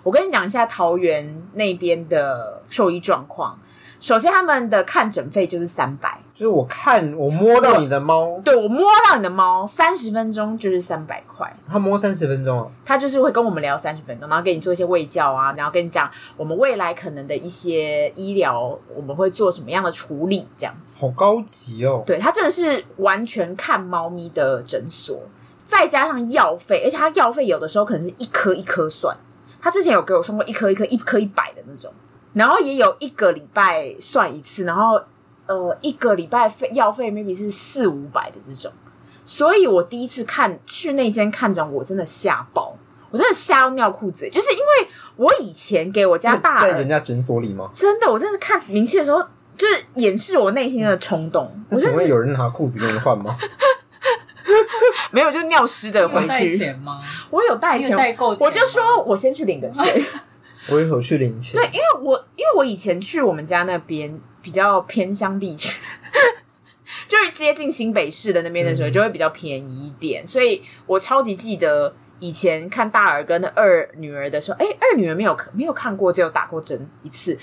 [SPEAKER 1] 我跟你讲一下桃园那边的兽医状况。首先他们的看诊费就是三百，
[SPEAKER 2] 就是我看我摸到你的猫，
[SPEAKER 1] 对我摸到你的猫三十分钟就是三百块，
[SPEAKER 2] 它摸三十分钟啊，
[SPEAKER 1] 他就是会跟我们聊三十分钟，然后给你做一些喂教啊，然后跟你讲我们未来可能的一些医疗我们会做什么样的处理这样子。
[SPEAKER 2] 好高级哦。
[SPEAKER 1] 对他真的是完全看猫咪的诊所，再加上药费，而且他药费有的时候可能是一颗一颗算。他之前有给我算过一颗一颗一颗一百的那种，然后也有一个礼拜算一次，然后呃一个礼拜费药费 maybe 是四五百的这种。所以我第一次看去那间看诊，我真的吓爆，我真的吓到尿裤子，就是因为我以前给我家大
[SPEAKER 2] 在
[SPEAKER 1] 儿
[SPEAKER 2] 人家诊所里吗？
[SPEAKER 1] 真的，我真的看明细的时候，就是掩饰我内心的冲动，我
[SPEAKER 2] 那
[SPEAKER 1] 真
[SPEAKER 2] 请
[SPEAKER 1] 的
[SPEAKER 2] 问
[SPEAKER 1] 是
[SPEAKER 2] 有人拿裤子给你换吗？
[SPEAKER 1] 没有就尿湿的回
[SPEAKER 3] 有带
[SPEAKER 1] 去。
[SPEAKER 3] 钱吗？
[SPEAKER 1] 我有带
[SPEAKER 3] 你
[SPEAKER 1] 钱
[SPEAKER 3] 有，带够钱吗？
[SPEAKER 1] 我就说我先去领个钱，
[SPEAKER 2] 我一会儿去领钱。
[SPEAKER 1] 对，因为我因为我以前去我们家那边比较偏乡地区， 就是接近新北市的那边的时候，
[SPEAKER 2] 嗯
[SPEAKER 1] 就会比较便宜一点，所以我超级记得以前看大儿跟二女儿的时候，哎，二女儿没有没有看过，只有打过针一次。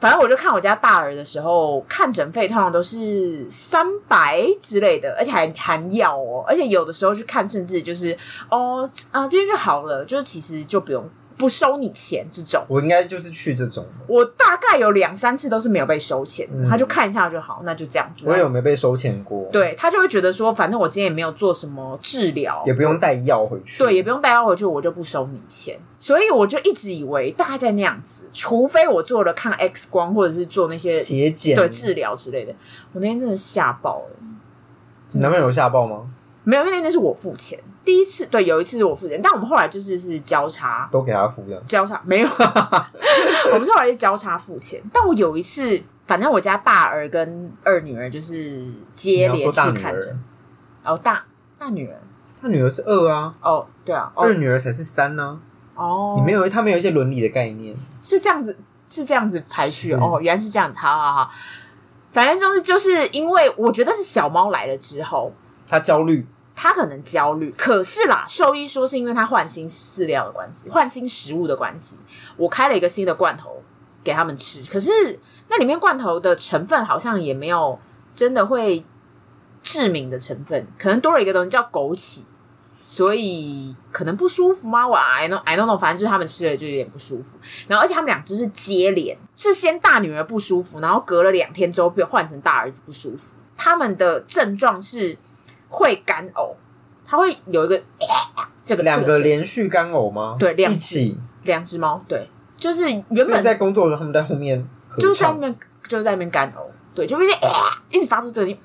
[SPEAKER 1] 反正我就看我家大儿的时候，看诊费通常都是三百之类的，而且还含药哦，而且有的时候去看，甚至就是哦啊、今天就好了，就是其实就不用不收你钱这种。
[SPEAKER 2] 我应该就是去这种，
[SPEAKER 1] 我大概有两三次都是没有被收钱，
[SPEAKER 2] 嗯
[SPEAKER 1] 他就看一下就好，那就这样子。啊
[SPEAKER 2] 我也有没被收钱过，，
[SPEAKER 1] 对他就会觉得说，反正我今天也没有做什么治疗，
[SPEAKER 2] 也不用带药回去，
[SPEAKER 1] 对，也不用带他回去，我就不收你钱。所以我就一直以为大概那样子，除非我做了抗 X 光或者是做那些
[SPEAKER 2] 血检。
[SPEAKER 1] 对治疗之类的。我那天真的吓爆了，
[SPEAKER 2] 你男朋友有吓爆吗？
[SPEAKER 1] 没有，因为那天是我付钱，第一次对有一次是我付钱，但我们后来就是是交叉，
[SPEAKER 2] 都给他付这样，
[SPEAKER 1] 交叉没有，啊 我们后来是交叉付钱。但我有一次，反正我家大儿跟二女儿就是接
[SPEAKER 2] 你要
[SPEAKER 1] 连
[SPEAKER 2] 说
[SPEAKER 1] 去
[SPEAKER 2] 大女
[SPEAKER 1] 看
[SPEAKER 2] 儿
[SPEAKER 1] 诊，，哦大大女儿
[SPEAKER 2] 他女儿是二啊，
[SPEAKER 1] 哦对啊哦
[SPEAKER 2] 二女儿才是三呢。
[SPEAKER 1] 哦，
[SPEAKER 2] 你没有，他们有一些伦理的概念，
[SPEAKER 1] 是这样子，是这样子排序
[SPEAKER 2] 是
[SPEAKER 1] 哦，原来是这样子，好好好。反正就是就是因为我觉得是小猫来了之后，
[SPEAKER 2] 他焦虑，
[SPEAKER 1] 它可能焦虑，可是啦，兽医说是因为它换新饲料的关系，换新食物的关系，我开了一个新的罐头给他们吃，可是那里面罐头的成分好像也没有真的会致命的成分，可能多了一个东西叫枸杞，所以可能不舒服吗？我 I know I don't know，反正就是他们吃了就有点不舒服，然后而且他们两只是接连，是先大女儿不舒服，然后隔了两天之后被换成大儿子不舒服，他们的症状是会干呕，他会有一个这个
[SPEAKER 2] 两
[SPEAKER 1] 这
[SPEAKER 2] 个
[SPEAKER 1] 声
[SPEAKER 2] 连续干呕吗？
[SPEAKER 1] 对两
[SPEAKER 2] 一起。
[SPEAKER 1] 两只猫，对，就是原
[SPEAKER 2] 所以
[SPEAKER 1] 本
[SPEAKER 2] 在工作的时候，他们在后面合
[SPEAKER 1] 就是在那
[SPEAKER 2] 唱，
[SPEAKER 1] 边就是在那边干呕，对，就是一直发出这个音，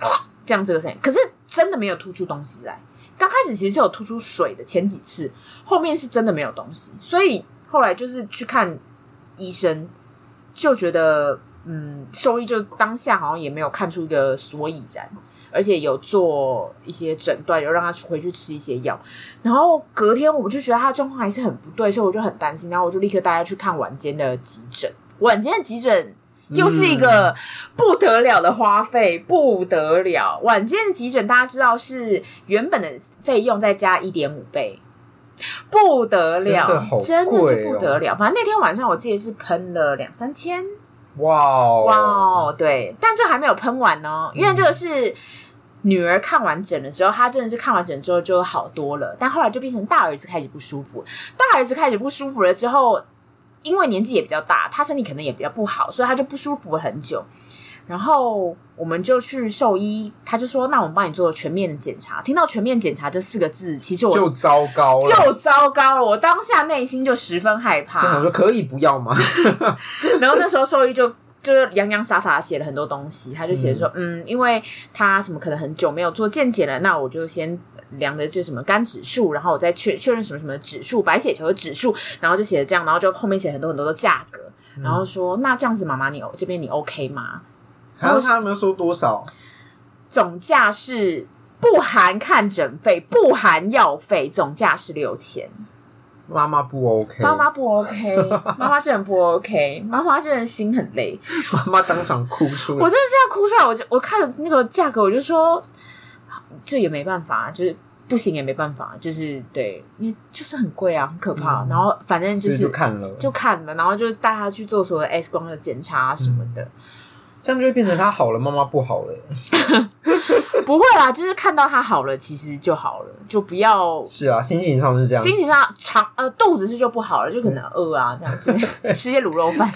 [SPEAKER 1] 这样这个声音，可是真的没有吐出东西来。刚开始其实是有吐出水的，前几次后面是真的没有东西，所以后来就是去看医生，就觉得嗯，兽医就当下好像也没有看出一个所以然，而且有做一些诊断，有让他回去吃一些药。然后隔天我就觉得他的状况还是很不对，所以我就很担心，然后我就立刻带他去看晚间的急诊。晚间的急诊
[SPEAKER 2] 嗯
[SPEAKER 1] 又是一个不得了的花费，不得了。晚间的急诊大家知道是原本的费用再加一点五倍。不得了，
[SPEAKER 2] 真的好
[SPEAKER 1] 真的
[SPEAKER 2] 贵
[SPEAKER 1] 是
[SPEAKER 2] 哦
[SPEAKER 1] 不得了。反正那天晚上我记得是喷了两三千，
[SPEAKER 2] 哇哦嗯
[SPEAKER 1] 哇哦，对，但这还没有喷完呢，因为这个是女儿看完诊了之后，她真的是看完诊之后就好多了，但后来就变成大儿子开始不舒服，大儿子开始不舒服了之后，因为年纪也比较大，他身体可能也比较不好，所以他就不舒服了很久。然后我们就去兽医，他就说：“那我们帮你做全面的检查。”听到“全面检查”这四个字，其实我
[SPEAKER 2] 就糟糕了，
[SPEAKER 1] 就糟糕了，我当下内心就十分害怕。
[SPEAKER 2] 就想说可以不要吗？
[SPEAKER 1] 然后那时候兽医就就是洋洋洒洒地写了很多东西，他就写说，嗯因为他什么可能很久没有做健检了，那我就先。量的这什么肝指数，然后我再确确认什么什么指数，白血球的指数，然后就写了这样，然后就后面写很多很多的价格，然后说那这样子妈妈你这边你 OK 吗？
[SPEAKER 2] 然后他们说多少？
[SPEAKER 1] 总价是不含看诊费，不含药费，总价是六千。
[SPEAKER 2] 妈妈不 OK，
[SPEAKER 1] 妈妈不 OK，妈妈真的不 OK，妈妈真的心很累。
[SPEAKER 2] 妈妈当场哭出
[SPEAKER 1] 我
[SPEAKER 2] 来，
[SPEAKER 1] 真的这样哭出来，我就我看了那个价格，我就说这也没办法，就是不行也没办法，就是对，因为就是很贵啊，很可怕。然后反正就
[SPEAKER 2] 嗯所以
[SPEAKER 1] 是
[SPEAKER 2] 就看了，
[SPEAKER 1] 就看了，然后就带他去做所有的 X 光的检查啊什
[SPEAKER 2] 嗯
[SPEAKER 1] 么的。
[SPEAKER 2] 这样就会变成他好了，妈妈不好了，
[SPEAKER 1] 不会啦，就是看到他好了，其实就好了，就不要
[SPEAKER 2] 是啊，心情上是这样，
[SPEAKER 1] 心情上肠呃肚子是就不好了，就可能饿啊这样，所以吃些卤肉 饭，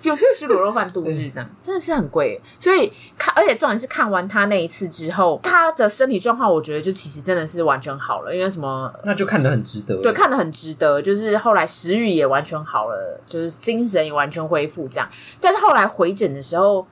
[SPEAKER 1] 就吃卤肉饭度日这样，真的是很贵。所以看，而且重点是看完他那一次之后，他的身体状况，我觉得就其实真的是完全好了，因为什么
[SPEAKER 2] 那就看得很值得，
[SPEAKER 1] 对，看得很值得。就是后来食欲也完全好了，就是精神也完全恢复这样。但是后来回诊的时候，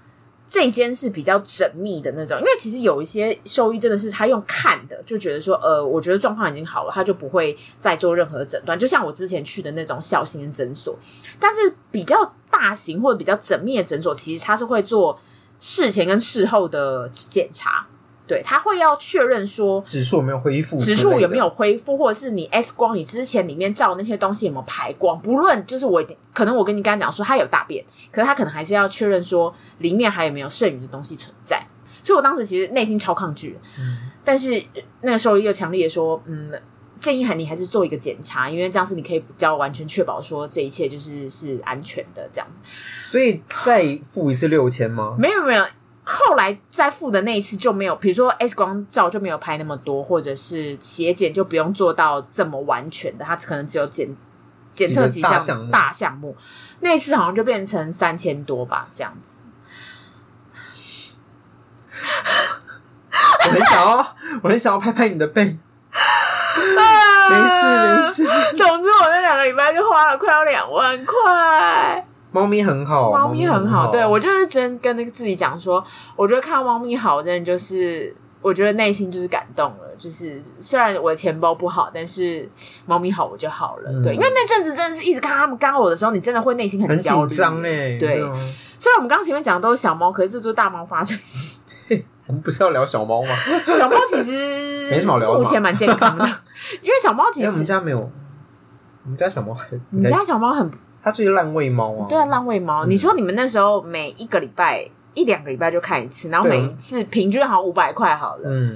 [SPEAKER 1] 这间是比较缜密的那种，因为其实有一些兽医真的是他用看的，就觉得说，呃，我觉得状况已经好了，他就不会再做任何诊断。就像我之前去的那种小型的诊所，但是比较大型或者比较缜密的诊所，其实它是会做事前跟事后的检查。对，他会要确认说，
[SPEAKER 2] 指数有没有恢复之类
[SPEAKER 1] 指
[SPEAKER 2] 的，
[SPEAKER 1] 数有没有恢复，或者是你 X 光你之前里面照的那些东西有没有排光？不论就是我已经可能我跟你刚才讲说他有大便，可是他可能还是要确认说里面还有没有剩余的东西存在。所以我当时其实内心超抗拒的，
[SPEAKER 2] 嗯
[SPEAKER 1] 但是呃那个兽医又强烈的说，嗯，建议还你还是做一个检查，因为这样子你可以比较完全确保说这一切就是是安全的这样子。
[SPEAKER 2] 所以再付一次六千 吗？
[SPEAKER 1] 没有没有，后来再付的那一次就没有，比如说 X 光照就没有拍那么多，或者是血检就不用做到这么完全的，它可能只有检检测几
[SPEAKER 2] 几个大
[SPEAKER 1] 项
[SPEAKER 2] 项目
[SPEAKER 1] 大项目。那一次好像就变成三千多吧，这样子。
[SPEAKER 2] 我很想要，我很想要拍拍你的背，啊没事没事，
[SPEAKER 1] 总之，我那两个礼拜就花了快要两万块。
[SPEAKER 2] 哦猫咪很好，
[SPEAKER 1] 猫咪很好，
[SPEAKER 2] 好，
[SPEAKER 1] 对我就是真跟那个自己讲说，我觉得看到猫咪好，真的就是我觉得内心就是感动了。就是虽然我的钱包不好，但是猫咪好我就好了。
[SPEAKER 2] 嗯
[SPEAKER 1] 对，因为那阵子真的是一直看他们刚我的时候，你真的会内心
[SPEAKER 2] 很
[SPEAKER 1] 焦
[SPEAKER 2] 紧
[SPEAKER 1] 虑。
[SPEAKER 2] 张哎，
[SPEAKER 1] 对
[SPEAKER 2] 啊
[SPEAKER 1] 虽然我们刚刚前面讲的都是小猫，可是这就是大猫发生的 事。
[SPEAKER 2] 我们不是要聊小猫吗？
[SPEAKER 1] 小猫其实
[SPEAKER 2] 没什么好聊的嘛
[SPEAKER 1] 目前蛮健康的，因为小猫其
[SPEAKER 2] 哎，我们
[SPEAKER 1] 实
[SPEAKER 2] 家没有，我们家小猫很，
[SPEAKER 1] 你家小猫很
[SPEAKER 2] 它是一个烂胃猫啊，
[SPEAKER 1] 对啊，浪味猫。
[SPEAKER 2] 嗯
[SPEAKER 1] 你说你们那时候每一个礼拜一两个礼拜就看一次，然后
[SPEAKER 2] 对
[SPEAKER 1] 每
[SPEAKER 2] 啊
[SPEAKER 1] 一次平均好像五百块好了。
[SPEAKER 2] 嗯，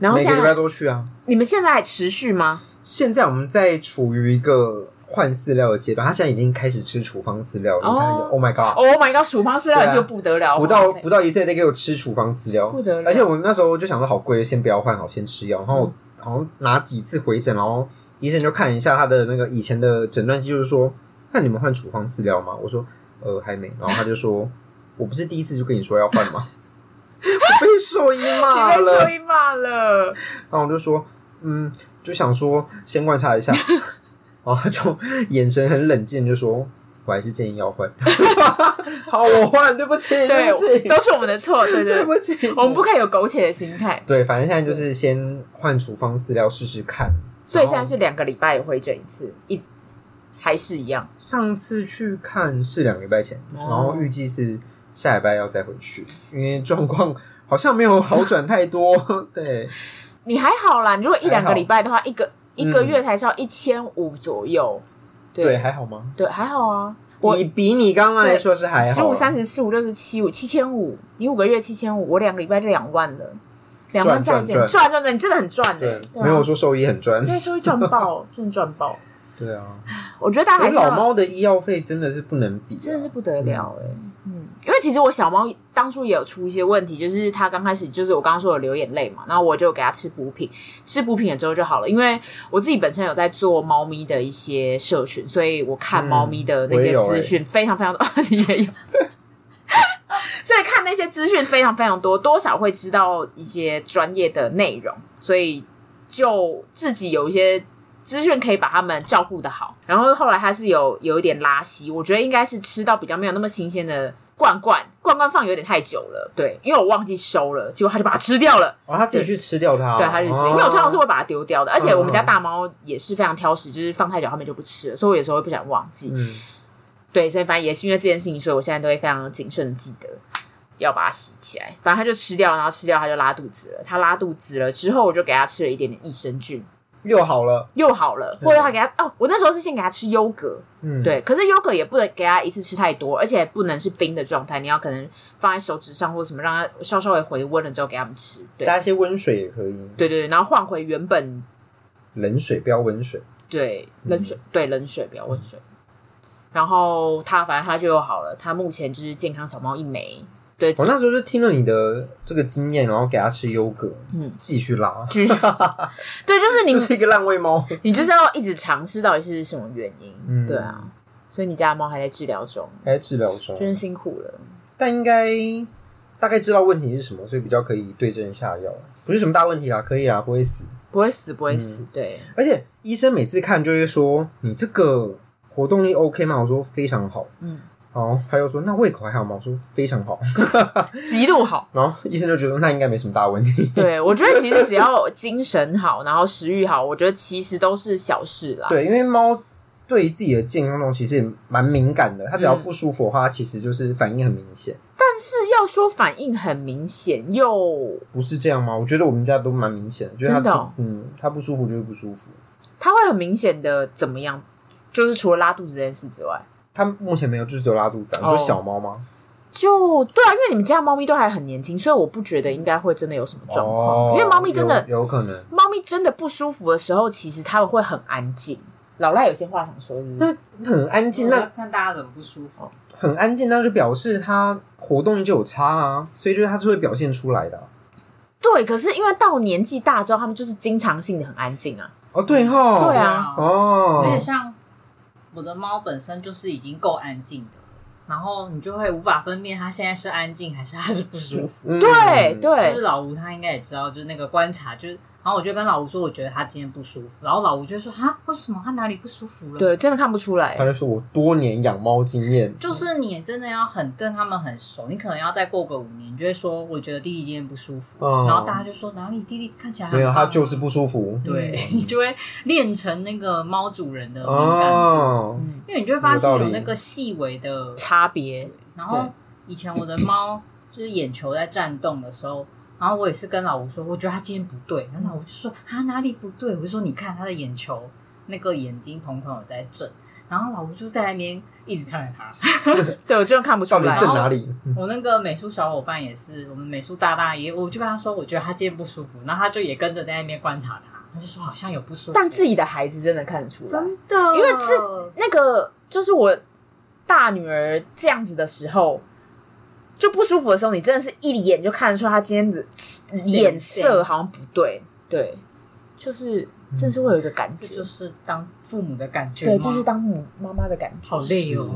[SPEAKER 1] 然后
[SPEAKER 2] 每
[SPEAKER 1] 现
[SPEAKER 2] 个礼拜
[SPEAKER 1] 在
[SPEAKER 2] 都去啊。
[SPEAKER 1] 你们现在还持续吗？
[SPEAKER 2] 现在我们在处于一个换饲料的阶段，它现在已经开始吃处方饲料了。
[SPEAKER 1] 哦
[SPEAKER 2] 你看，Oh my god！
[SPEAKER 1] Oh my god，处方饲
[SPEAKER 2] 对
[SPEAKER 1] 料
[SPEAKER 2] 啊
[SPEAKER 1] 就不得了，
[SPEAKER 2] 不到不到一岁在给我吃处方饲料，
[SPEAKER 1] 不得了嗯
[SPEAKER 2] 而且我那时候就想说，好贵，先不要换，好先吃药。然后好像拿几次回诊，然后医生就看一下他的那个以前的诊断记录，说：“那你们换处方饲料吗？”我说：“呃，还没。”然后他就说：“我不是第一次就跟你说要换吗？” 我被兽医
[SPEAKER 1] 你
[SPEAKER 2] 骂
[SPEAKER 1] 被
[SPEAKER 2] 了
[SPEAKER 1] 兽。医骂了，
[SPEAKER 2] 然后我就说，嗯，就想说先观察 一下，然后他就眼神很冷静，就说，我还是建议要 换。好，我换，对不起，
[SPEAKER 1] 对
[SPEAKER 2] 对不起，，
[SPEAKER 1] 都是我们的错，对
[SPEAKER 2] 对
[SPEAKER 1] 对
[SPEAKER 2] 不起，
[SPEAKER 1] 我们不可以有苟且的心态，
[SPEAKER 2] 对，反正现在就是先换处方饲料试试看。
[SPEAKER 1] 所以
[SPEAKER 2] 然后
[SPEAKER 1] 现在是两个礼拜回诊一次，一还是一样。
[SPEAKER 2] 上次去看是两个礼拜前，
[SPEAKER 1] 哦
[SPEAKER 2] 然后预计是下礼拜要再回去，因为状况好像没有好转太多。 对，
[SPEAKER 1] 你还好啦，你如果一两个
[SPEAKER 2] 还好嗯
[SPEAKER 1] 礼拜的话，一个一个月才是要一千五左右，
[SPEAKER 2] 对，还好吗？
[SPEAKER 1] 对，还好啊。我
[SPEAKER 2] 你比你刚刚来说是还好啊，
[SPEAKER 1] 十五、三十四、五、六十七、五、七千五，你五个月七千五，我两个礼拜就两万了，两万再
[SPEAKER 2] 赚
[SPEAKER 1] 见，
[SPEAKER 2] 赚
[SPEAKER 1] 赚赚赚，你真的很赚的、
[SPEAKER 2] 对
[SPEAKER 1] 欸，，
[SPEAKER 2] 没有说兽医很专。
[SPEAKER 1] 对，啊所以赚爆，真的赚爆。
[SPEAKER 2] 对啊，
[SPEAKER 1] 我觉得大家
[SPEAKER 2] 可
[SPEAKER 1] 还
[SPEAKER 2] 是
[SPEAKER 1] 是要
[SPEAKER 2] 老猫的医药费真的是不能比、啊，
[SPEAKER 1] 真的是不得了哎、嗯，因为其实我小猫当初也有出一些问题，就是它刚开始就是我刚刚说有流眼泪嘛，然后我就给它吃补品，吃补品了之后就好了。因为我自己本身有在做猫咪的一些社群，所以我看猫咪的那
[SPEAKER 2] 嗯我也
[SPEAKER 1] 些
[SPEAKER 2] 有欸
[SPEAKER 1] 资讯非常非常多， 你也有。所以看那些资讯非常非常多，多少会知道一些专业的内容，所以就自己有一些资讯可以把他们照顾的好。然后后来他是有有一点拉稀，我觉得应该是吃到比较没有那么新鲜的罐罐，罐罐放有点太久了，对，因为我忘记收了，结果他就把它吃掉了。
[SPEAKER 2] 哦，他自己去吃掉它，
[SPEAKER 1] 对，他就吃，
[SPEAKER 2] 哦嗯
[SPEAKER 1] 因为我通常是会把它丢掉的，而且我们家大猫也是非常挑食，就是放太久它们就不吃了，所以我有时候会不想忘记。
[SPEAKER 2] 嗯，
[SPEAKER 1] 对，所以反正也是因为这件事情，所以我现在都会非常谨慎地记得要把它洗起来。反正它就吃掉，然后吃掉它就拉肚子了。它拉肚子了之后，我就给它吃了一点点益生菌，
[SPEAKER 2] 又好了，
[SPEAKER 1] 又好了，
[SPEAKER 2] 对
[SPEAKER 1] 或者他给他哦，我那时候是先给他吃优格，
[SPEAKER 2] 嗯，，
[SPEAKER 1] 对，可是优格也不能给他一次吃太多，而且不能是冰的状态，你要可能放在手指上或什么，让它稍稍微回温了之后给他们吃。对，
[SPEAKER 2] 加一些温水也可以，
[SPEAKER 1] 对对对，然后换回原本
[SPEAKER 2] 冷水不要温水，
[SPEAKER 1] 对冷水，对冷水不要温水。然后他反正他就又好了，他目前就是健康小猫一枚，对，
[SPEAKER 2] 我那时候是听了你的这个经验，然后给他吃优格，
[SPEAKER 1] 嗯，
[SPEAKER 2] 继续拉，
[SPEAKER 1] 就是对，就是你
[SPEAKER 2] 就是一个烂胃猫。
[SPEAKER 1] 你就是要一直尝试到底是什么原因，
[SPEAKER 2] 嗯
[SPEAKER 1] 对啊，所以你家的猫还在治疗中，
[SPEAKER 2] 还在治疗中，
[SPEAKER 1] 真是辛苦了。
[SPEAKER 2] 但应该大概知道问题是什么，所以比较可以对症下药，不是什么大问题啦，可以啦，不会死。
[SPEAKER 1] 不会死，不会死，对，
[SPEAKER 2] 而且医生每次看就会说你这个活动力 OK 吗？我说非常好。
[SPEAKER 1] 嗯，
[SPEAKER 2] 然后他又说那胃口还好吗？我说非常好。
[SPEAKER 1] 极度好。
[SPEAKER 2] 然后医生就觉得那应该没什么大 问题。
[SPEAKER 1] 对，我觉得其实只要精神好，然后食欲好，我觉得其实都是小事啦。，
[SPEAKER 2] 对，因为猫对自己的健康状况其实也蛮敏感的，它只要
[SPEAKER 1] 嗯
[SPEAKER 2] 不舒服的话，它其实就是反应很明显。
[SPEAKER 1] 但是要说反应很明显，又
[SPEAKER 2] 不是这样吗？我觉得我们家都蛮明显的，就是它
[SPEAKER 1] 真的
[SPEAKER 2] 自
[SPEAKER 1] 哦
[SPEAKER 2] 嗯，它不舒服就是不舒服。
[SPEAKER 1] 它会很明显的怎么样？就是除了拉肚子这件事之外，
[SPEAKER 2] 它目前没有，就是只有拉肚子、啊。你
[SPEAKER 1] 哦
[SPEAKER 2] 说小猫吗？
[SPEAKER 1] 就对啊，因为你们家的猫咪都还很年轻，所以我不觉得应该会真的有什么状况。
[SPEAKER 2] 哦
[SPEAKER 1] 因为猫咪真的，
[SPEAKER 2] 有有可能。
[SPEAKER 1] 猫咪真的不舒服的时候，其实它们会很安静。老赖有些话想说，是不是？
[SPEAKER 3] 嗯
[SPEAKER 2] 那很安静，
[SPEAKER 3] 那
[SPEAKER 1] 嗯
[SPEAKER 2] 那
[SPEAKER 3] 看大家怎么不舒服。
[SPEAKER 2] 很安静，那就表示它活动力就有差啊，所以就是它是会表现出来的啊、
[SPEAKER 1] 对，可是因为到年纪大之后，它们就是经常性的很安静啊。
[SPEAKER 2] 哦，对哈，
[SPEAKER 1] 对啊
[SPEAKER 2] 哦
[SPEAKER 3] 而，且像我的猫本身就是已经够安静的了，然后你就会无法分辨它现在是安静还是它是不舒服。
[SPEAKER 2] 嗯
[SPEAKER 1] 对
[SPEAKER 3] 就
[SPEAKER 1] 对，
[SPEAKER 3] 是老吴他应该也知道，就是那个观察，就是然后我就跟老吴说，我觉得他今天不舒服，然后老吴就说啊，为什么他哪里不舒服了？，
[SPEAKER 1] 对，真的看不出来
[SPEAKER 2] 他。就说我多年养猫经验，
[SPEAKER 3] 就是你真的要很跟他们很熟，你可能要再过个五年，你就会说我觉得弟弟今天不舒服，
[SPEAKER 2] 嗯
[SPEAKER 3] 然后大家就说哪里弟弟看起来很
[SPEAKER 2] 没有，
[SPEAKER 3] 棒
[SPEAKER 2] 它就是不舒服。
[SPEAKER 3] 对， 你就会练成那个猫主人的敏感度，
[SPEAKER 2] 哦，
[SPEAKER 1] 嗯，
[SPEAKER 3] 因为你就会发现
[SPEAKER 2] 有道
[SPEAKER 3] 有
[SPEAKER 2] 理
[SPEAKER 3] 那个细微的
[SPEAKER 1] 差别
[SPEAKER 3] 然后
[SPEAKER 1] 对
[SPEAKER 3] 以前我的猫就是眼球在转动的时候，然后我也是跟老吴说，我觉得它今天不对，然后老吴就说啊哪里不对？我就说你看它的眼球那个眼睛瞳孔有在震，然后老吴就在那边一直看着它。
[SPEAKER 1] 对我真的看不出
[SPEAKER 2] 到底
[SPEAKER 1] 来。哦
[SPEAKER 2] 正哪里？
[SPEAKER 3] 我那个美术小伙伴也是，我们美术大大也，我就跟他说，我觉得他今天不舒服，然后他就也跟着在那边观察他，他就说好像有不舒服，
[SPEAKER 1] 但自己的孩子真的看得出来，
[SPEAKER 3] 真的，
[SPEAKER 1] 因为自那个就是我大女儿这样子的时候，就不舒服的时候，你真的是一眼就看得出她今天的眼色好像不对，对，就是真是会有一个感
[SPEAKER 3] 这
[SPEAKER 1] 觉，
[SPEAKER 3] 就是当父母的感觉吗，
[SPEAKER 1] 对，就是当母妈妈的感觉，
[SPEAKER 3] 好累哦。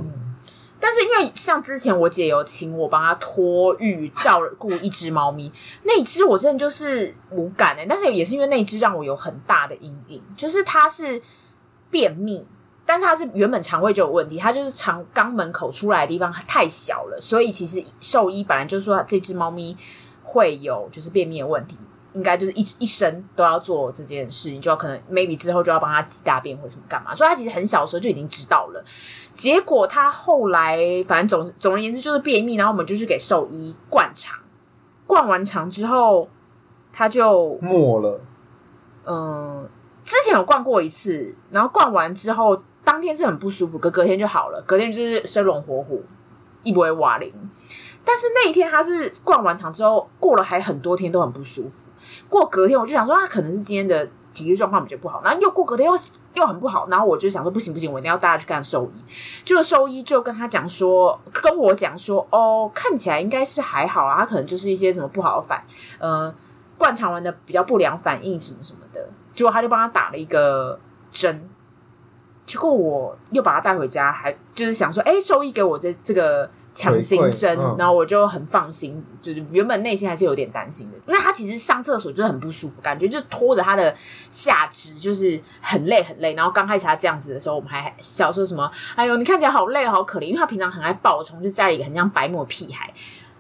[SPEAKER 1] 但是因为像之前我姐有请我帮她托育照顾一只猫咪，那一只我真的就是无感哎、但是也是因为那一只让我有很大的阴影，就是它是便秘，但是它是原本肠胃就有问题，它就是肠肛门口出来的地方太小了，所以其实兽医本来就说这只猫咪会有就是便秘的问题。应该就是一一生都要做这件事，你就要可能 maybe 之后就要帮它挤大便或什么干嘛，所以它其实很小的时候就已经知道了。结果他后来，反正总总而言之就是便秘，然后我们就去给兽医灌肠，灌完肠之后，他就
[SPEAKER 2] 没了，
[SPEAKER 1] 嗯，之前有灌过一次，然后灌完之后，当天是很不舒服，可隔天就好了，隔天就是生龙活虎，一不会瓦零。但是那一天他是灌完场之后，过了还很多天都很不舒服。过隔天我就想说，他可能是今天的体育状况比较不好，然后又过隔天又又很不好，然后我就想说嗯不行不行，我一定要带他去看兽医。这个兽医就跟他讲说，跟我讲说，哦，看起来应该是还好啊，他可能就是一些什么不好的反，呃，灌肠完的比较不良反应什么什么的。结果他就帮他打了一个针，结果我又把他带回家，还就是想说，哎，兽医给我这这个强心针，
[SPEAKER 2] 回馈嗯
[SPEAKER 1] 然后我就很放心，就是原本内心还是有点担心的，因为他其实上厕所就是很不舒服，感觉就拖着他的下肢，就是很累很累。然后刚开始他这样子的时候，我们还笑说什么哎呦，你看起来好累，好可怜，因为他平常很爱暴冲，就家里一个很像白目的屁孩，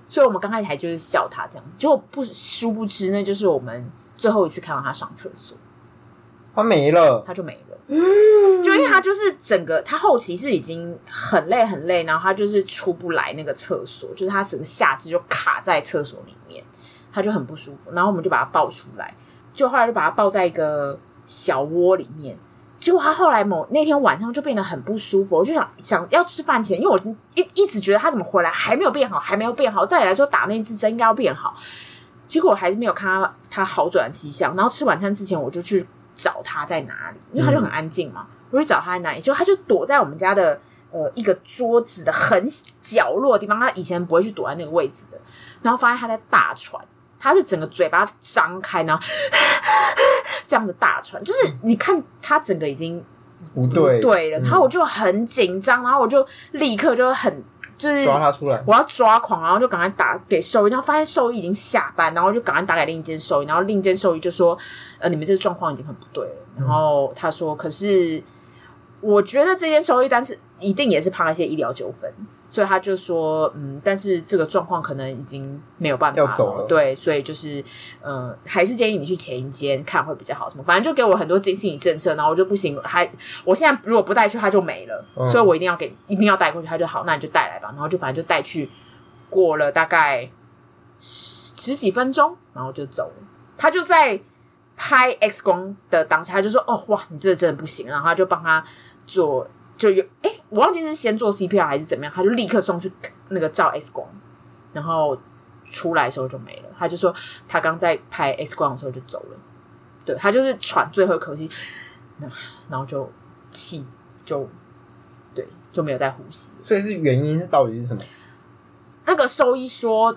[SPEAKER 1] 所以我们刚开始还就是笑他这样子，结果不殊不知那就是我们最后一次看到他上厕所，
[SPEAKER 2] 它没了。
[SPEAKER 1] 他就没了。就因为他就是整个他后期是已经很累很累，然后他就是出不来那个厕所，就是他整个下肢就卡在厕所里面，他就很不舒服，然后我们就把他抱出来，就后来就把他抱在一个小窝里面。结果他后来某那天晚上就变得很不舒服，我就想想要吃饭前，因为我一一直觉得他怎么回来还没有变好，还没有变好。照理来说打那支针应该要变好，结果我还是没有看他他好转迹象。然后吃晚餐之前我就去找他在哪里，因为他就很安静嘛，我就找他在哪里，就他就躲在我们家的呃一个桌子的很角落的地方，他以前不会去躲在那个位置的，然后发现他在大喘，他是整个嘴巴张开，然后这样的大喘，就是你看他整个已经
[SPEAKER 2] 不嗯对，
[SPEAKER 1] 对了，
[SPEAKER 2] 嗯
[SPEAKER 1] 然后我就很紧张，然后我就立刻就很就是
[SPEAKER 2] 抓他出来，
[SPEAKER 1] 我要抓狂，然后就赶快打给兽医，然后发现兽医已经下班，然后就赶快打给另一间兽医，然后另一间兽医就说：“呃，你们这个状况已经很不对了。”
[SPEAKER 2] 嗯
[SPEAKER 1] 然后他说：“可是我觉得这间兽医，但是一定也是怕一些医疗纠纷，所以他就说，嗯，但是这个状况可能已经没有办法
[SPEAKER 2] 要走了
[SPEAKER 1] 对，所以就是，呃，还是建议你去前一间看会比较好，什么，反正就给我很多金心理震慑，然后我就不行，还我现在如果不带去，它就没了，
[SPEAKER 2] 嗯
[SPEAKER 1] 所以我一定要给，一定要带过去，他就好，那你就带来吧，然后就反正就带去，过了大概十十几分钟，然后就走了，他就在拍 X 光的当下，他就说：“哦，哇，你这真的不行。”然后他就帮他做，就有哎，我忘记是先做 CPR 还是怎么样，他就立刻送去那个照 X 光，然后出来的时候就没了。他就说他刚在拍 X 光的时候就走了，对他就是喘最后一口气，那然后就气就对就没有再呼吸。
[SPEAKER 2] 所以是原因是到底是什么？
[SPEAKER 1] 那个兽医说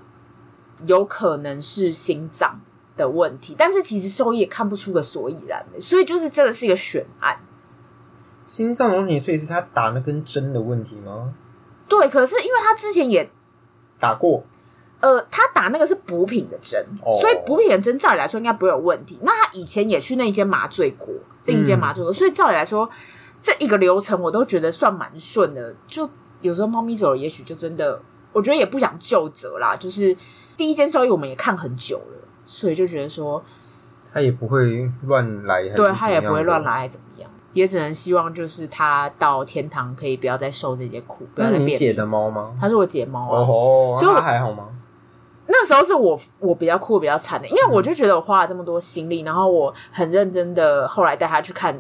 [SPEAKER 1] 有可能是心脏的问题，但是其实兽医也看不出个所以然的，所以就是真的是一个悬案。
[SPEAKER 2] 心脏的问题，所以是他打那根针的问题吗？
[SPEAKER 1] 对，可是因为他之前也
[SPEAKER 2] 打过，
[SPEAKER 1] 呃，他打那个是补品的针，
[SPEAKER 2] 哦
[SPEAKER 1] 所以补品的针照理来说应该不会有问题。那他以前也去那一间麻醉过，另一间麻醉
[SPEAKER 2] 嗯
[SPEAKER 1] 过，所以照理来说这一个流程我都觉得算蛮顺的。就有时候猫咪走了，也许就真的，我觉得也不想就责啦。就是第一间兽医我们也看很久了，所以就觉得说
[SPEAKER 2] 他也不会乱来，还是
[SPEAKER 1] 对他也
[SPEAKER 2] 怎么样的
[SPEAKER 1] 不会乱。来，怎么样？也只能希望就是他到天堂可以不要再受这些苦，不要
[SPEAKER 2] 那
[SPEAKER 1] 再
[SPEAKER 2] 你
[SPEAKER 1] 变。
[SPEAKER 2] 姐的猫吗？
[SPEAKER 1] 他是我姐猫啊，
[SPEAKER 2] 哦吼，
[SPEAKER 1] 所以我
[SPEAKER 2] 那还好吗？
[SPEAKER 1] 那时候是我我比较哭比较惨的，因为
[SPEAKER 2] 嗯
[SPEAKER 1] 我就觉得我花了这么多心力，然后我很认真的后来带他去看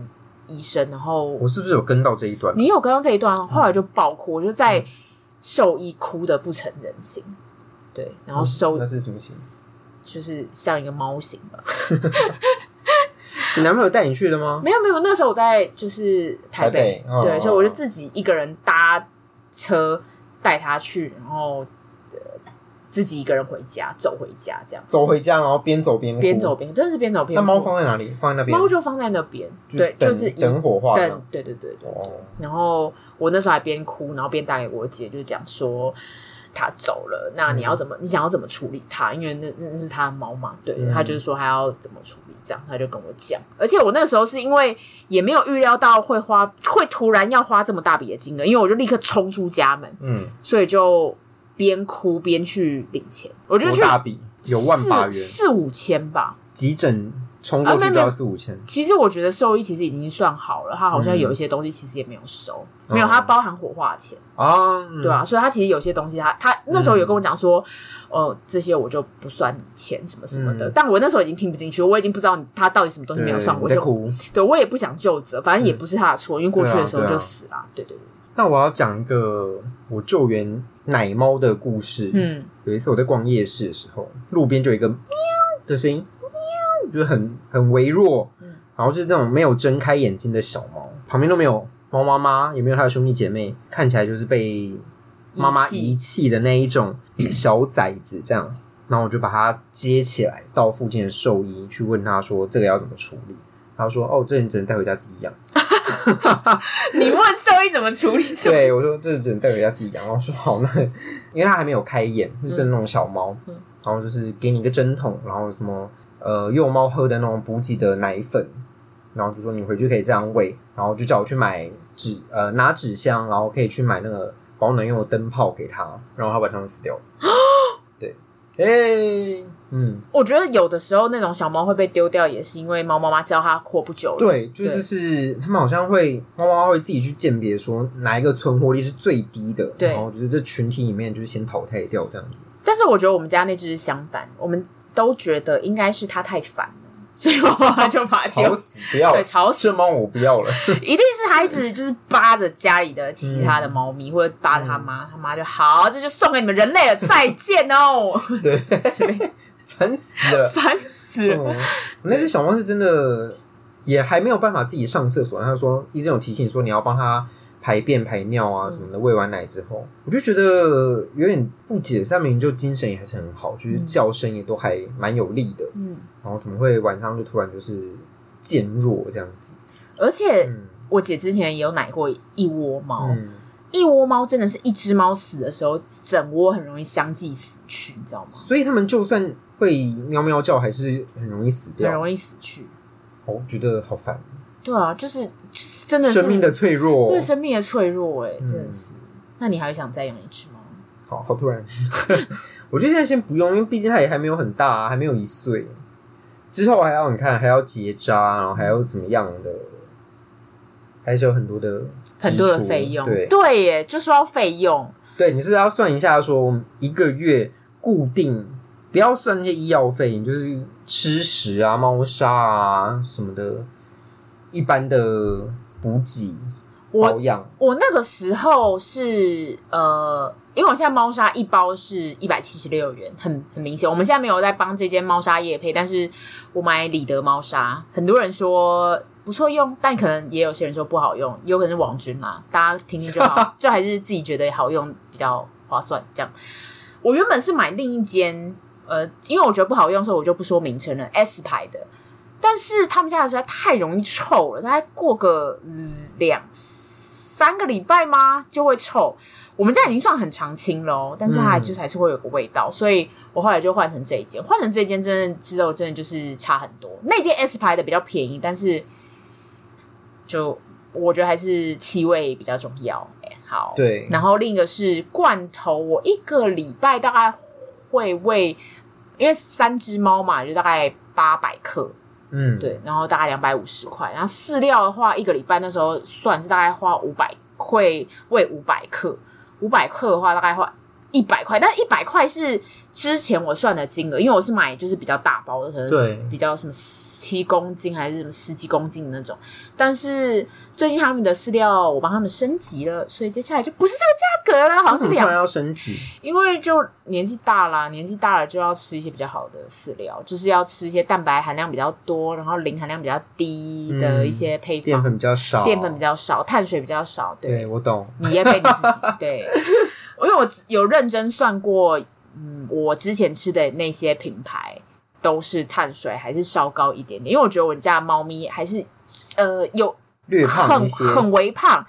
[SPEAKER 1] 医生，然后
[SPEAKER 2] 我嗯是不是有跟到这一段？
[SPEAKER 1] 你有跟到这一段，后来就爆哭，我就在兽医哭的不成人形，对，然
[SPEAKER 2] 嗯
[SPEAKER 1] 后收
[SPEAKER 2] 那是什么情？
[SPEAKER 1] 就是像一个猫形吧，
[SPEAKER 2] 你男朋友带你去的吗？
[SPEAKER 1] 没有没有，那时候我在就是台北，
[SPEAKER 2] 台北哦
[SPEAKER 1] 对，
[SPEAKER 2] 哦
[SPEAKER 1] 所以我就自己一个人搭车带他去，然后、呃自己一个人回家，走回家这样，
[SPEAKER 2] 走回家，然后边走边哭
[SPEAKER 1] 边走。边真的是边走边
[SPEAKER 2] 嗯那猫
[SPEAKER 1] 哭
[SPEAKER 2] 放在哪里？放在那边。
[SPEAKER 1] 猫就放在那边，对，
[SPEAKER 2] 等
[SPEAKER 1] 就是一
[SPEAKER 2] 等火化的。
[SPEAKER 1] 等，对对对对。
[SPEAKER 2] 哦，
[SPEAKER 1] 然后我那时候还边哭，然后边打给我姐，就讲说他走了，那你要怎么，你想要怎么处理他？因为那那那是他的猫嘛，对，
[SPEAKER 2] 嗯
[SPEAKER 1] 他就是说他要怎么处理，这样他就跟我讲。而且我那个时候是因为也没有预料到会花，会突然要花这么大笔的金额，因为我就立刻冲出家门，
[SPEAKER 2] 嗯，
[SPEAKER 1] 所以就边哭边去领钱，我就
[SPEAKER 2] 多
[SPEAKER 1] 去
[SPEAKER 2] 大笔？有万
[SPEAKER 1] 四
[SPEAKER 2] 八元，
[SPEAKER 1] 四五千吧，
[SPEAKER 2] 急诊冲过
[SPEAKER 1] 啊没有
[SPEAKER 2] 去就要四五千。
[SPEAKER 1] 其实我觉得兽医其实已经算好了，他好像有一些东西其实也没有收，
[SPEAKER 2] 嗯
[SPEAKER 1] 没有，他包含火化钱，
[SPEAKER 2] 啊，嗯
[SPEAKER 1] 对啊，所以他其实有些东西他他那时候有跟我讲说，哦、这些我就不算你钱什么什么的，
[SPEAKER 2] 嗯
[SPEAKER 1] 但我那时候已经听不进去，我已经不知道他到底什么东西
[SPEAKER 2] 对，
[SPEAKER 1] 没有算过，
[SPEAKER 2] 你在
[SPEAKER 1] 就
[SPEAKER 2] 哭。嗯
[SPEAKER 1] 对我也不想就责，反正也不是他的错，因为过去的时候
[SPEAKER 2] 对啊对
[SPEAKER 1] 就
[SPEAKER 2] 啊
[SPEAKER 1] 死了，对对对，
[SPEAKER 2] 那我要讲一个我救援奶猫的故事。，
[SPEAKER 1] 嗯
[SPEAKER 2] 有一次我在逛夜市的时候，路边就有一个喵的声音，喵，就是很很微弱，
[SPEAKER 1] 嗯
[SPEAKER 2] 然后就是那种没有睁开眼睛的小猫，旁边都没有猫妈妈，也没有它的兄弟姐妹，看起来就是被妈妈遗弃的那一 种小崽子这样。然后我就把它接起来，到附近的兽医去问他说这个要怎么处理。他说：“哦，这你只能带回家自己养。”
[SPEAKER 1] 你问兽医怎么处理什么？
[SPEAKER 2] 对，我说这只能带回家自己养。然后说好，那因为它还没有开眼，就是真的那种小猫，
[SPEAKER 1] 嗯嗯
[SPEAKER 2] 然后就是给你一个针筒，然后什么呃幼猫喝的那种补给的奶粉，然后就说你回去可以这样喂，然后就叫我去买纸呃拿纸箱，然后可以去买那个保暖用的灯泡给它，然后它晚上就死掉了。对，哎、嗯，
[SPEAKER 1] 我觉得有的时候那种小猫会被丢掉，也是因为猫妈妈知道它活不久了，
[SPEAKER 2] 对，就
[SPEAKER 1] 对
[SPEAKER 2] 是是他们好像会猫妈妈会自己去鉴别说哪一个存活率是最低的，
[SPEAKER 1] 对
[SPEAKER 2] 然后就是这群体里面就是先淘汰掉这样子。
[SPEAKER 1] 但是我觉得我们家那只是相反，我们都觉得应该是它太烦了， 所以我妈妈就把它
[SPEAKER 2] 吵
[SPEAKER 1] 啊丢，
[SPEAKER 2] 死不要
[SPEAKER 1] 对，
[SPEAKER 2] 了，
[SPEAKER 1] 吵死。
[SPEAKER 2] 这猫我 不要了。
[SPEAKER 1] 一定是孩子就是扒着家里的其他的猫咪，或者扒着他妈，
[SPEAKER 2] 嗯
[SPEAKER 1] 他妈就好，这就送给你们人类了，再见 哦，
[SPEAKER 2] 对，烦死了。
[SPEAKER 1] 烦死了。
[SPEAKER 2] 嗯，那只小猫是真的也还没有办法自己上厕所，然后他说医生有提醒说你要帮它排便排尿
[SPEAKER 1] 嗯
[SPEAKER 2] 啊什么的，喂完奶之后，我就觉得有点不解，三明就精神也还是很好，就是叫声也都还蛮有力的，
[SPEAKER 1] 嗯，
[SPEAKER 2] 然后怎么会晚上就突然就是渐弱这样子？
[SPEAKER 1] 而且
[SPEAKER 2] 嗯
[SPEAKER 1] 我姐之前也有奶过一窝猫，
[SPEAKER 2] 嗯，
[SPEAKER 1] 一窝猫真的是一只猫死的时候，整窝很容易相继死去，你知道吗？
[SPEAKER 2] 所以他们就算会喵喵叫，还是很容易死
[SPEAKER 1] 很
[SPEAKER 2] 掉。
[SPEAKER 1] 容易死去。
[SPEAKER 2] 哦我觉得好烦，
[SPEAKER 1] 对啊，就是就是真的是
[SPEAKER 2] 生命的脆弱
[SPEAKER 1] 对，生命的脆弱、哎、
[SPEAKER 2] 嗯
[SPEAKER 1] 真的是。那你还会想再养一只猫？
[SPEAKER 2] 好好突然， 我觉得现在先不用，因为毕竟它也还没有很大、啊，还没有一岁。之后还要你看，还要结扎，然后还要怎么样的，还是有很多的
[SPEAKER 1] 很多的
[SPEAKER 2] 支出
[SPEAKER 1] 费用，
[SPEAKER 2] 对
[SPEAKER 1] 对耶，就说到费用，
[SPEAKER 2] 对，你是不是要算一下，说我们一个月固定，不要算那些医药费，你就是吃食啊、猫砂啊什么的，一般的补给
[SPEAKER 1] 我
[SPEAKER 2] 保养，
[SPEAKER 1] 我那个时候是呃，因为我现在猫砂一包是一百七十六元，很很明显。我们现在没有在帮这间猫砂业配，但是我买里德猫砂，很多人说不错用，但可能也有些人说不好用，也有可能是网军啦，大家听听就 好，就还是自己觉得好用比较划算。这样，我原本是买另一间，呃，因为我觉得不好用，所以我就不说名称了，S 牌的。但是他们家的实在太容易臭了，大概过个嗯两三个礼拜吗就会臭。我们家已经算很常清了哦，但是它还
[SPEAKER 2] 嗯
[SPEAKER 1] 就是还是会有个味道，所以我后来就换成这一间。换成这一间，真的之后真的就是差很多。那间 S 牌的比较便宜，但是就我觉得还是气味比较重要。哎好，
[SPEAKER 2] 对
[SPEAKER 1] 然后另一个是罐头，我一个礼拜大概会喂，因为三只猫嘛，就大概八百克，
[SPEAKER 2] 嗯，，
[SPEAKER 1] 对，然后大概两百五十块。然后饲料的话，一个礼拜那时候算是大概花五百，会喂五百克，五百克的话大概花一百块，但一百块是之前我算的金额，因为我是买就是比较大包的，可能是
[SPEAKER 2] 对
[SPEAKER 1] 比较什么七公斤还是什么十几公斤的那种。但是最近他们的饲料我帮他们升级了，所以接下来就不是这个价格了，好像
[SPEAKER 2] 为什
[SPEAKER 1] 是
[SPEAKER 2] 么突
[SPEAKER 1] 两
[SPEAKER 2] 然要升级？
[SPEAKER 1] 因为就年纪大啦，年纪大了就要吃一些比较好的饲料，就是要吃一些蛋白含量比较多，然后磷含量比较低的一些配
[SPEAKER 2] 嗯淀
[SPEAKER 1] 方，
[SPEAKER 2] 粉比较少，
[SPEAKER 1] 啊淀粉比较少，碳水比较少。
[SPEAKER 2] 对
[SPEAKER 1] 对，
[SPEAKER 2] 我懂，
[SPEAKER 1] 你也被你自己对， 因为我有认真算过，嗯，我之前吃的那些品牌都是碳水还是稍高一点点，因为我觉得我家的猫咪还是呃有
[SPEAKER 2] 略胖一
[SPEAKER 1] 很
[SPEAKER 2] 些，
[SPEAKER 1] 很微胖。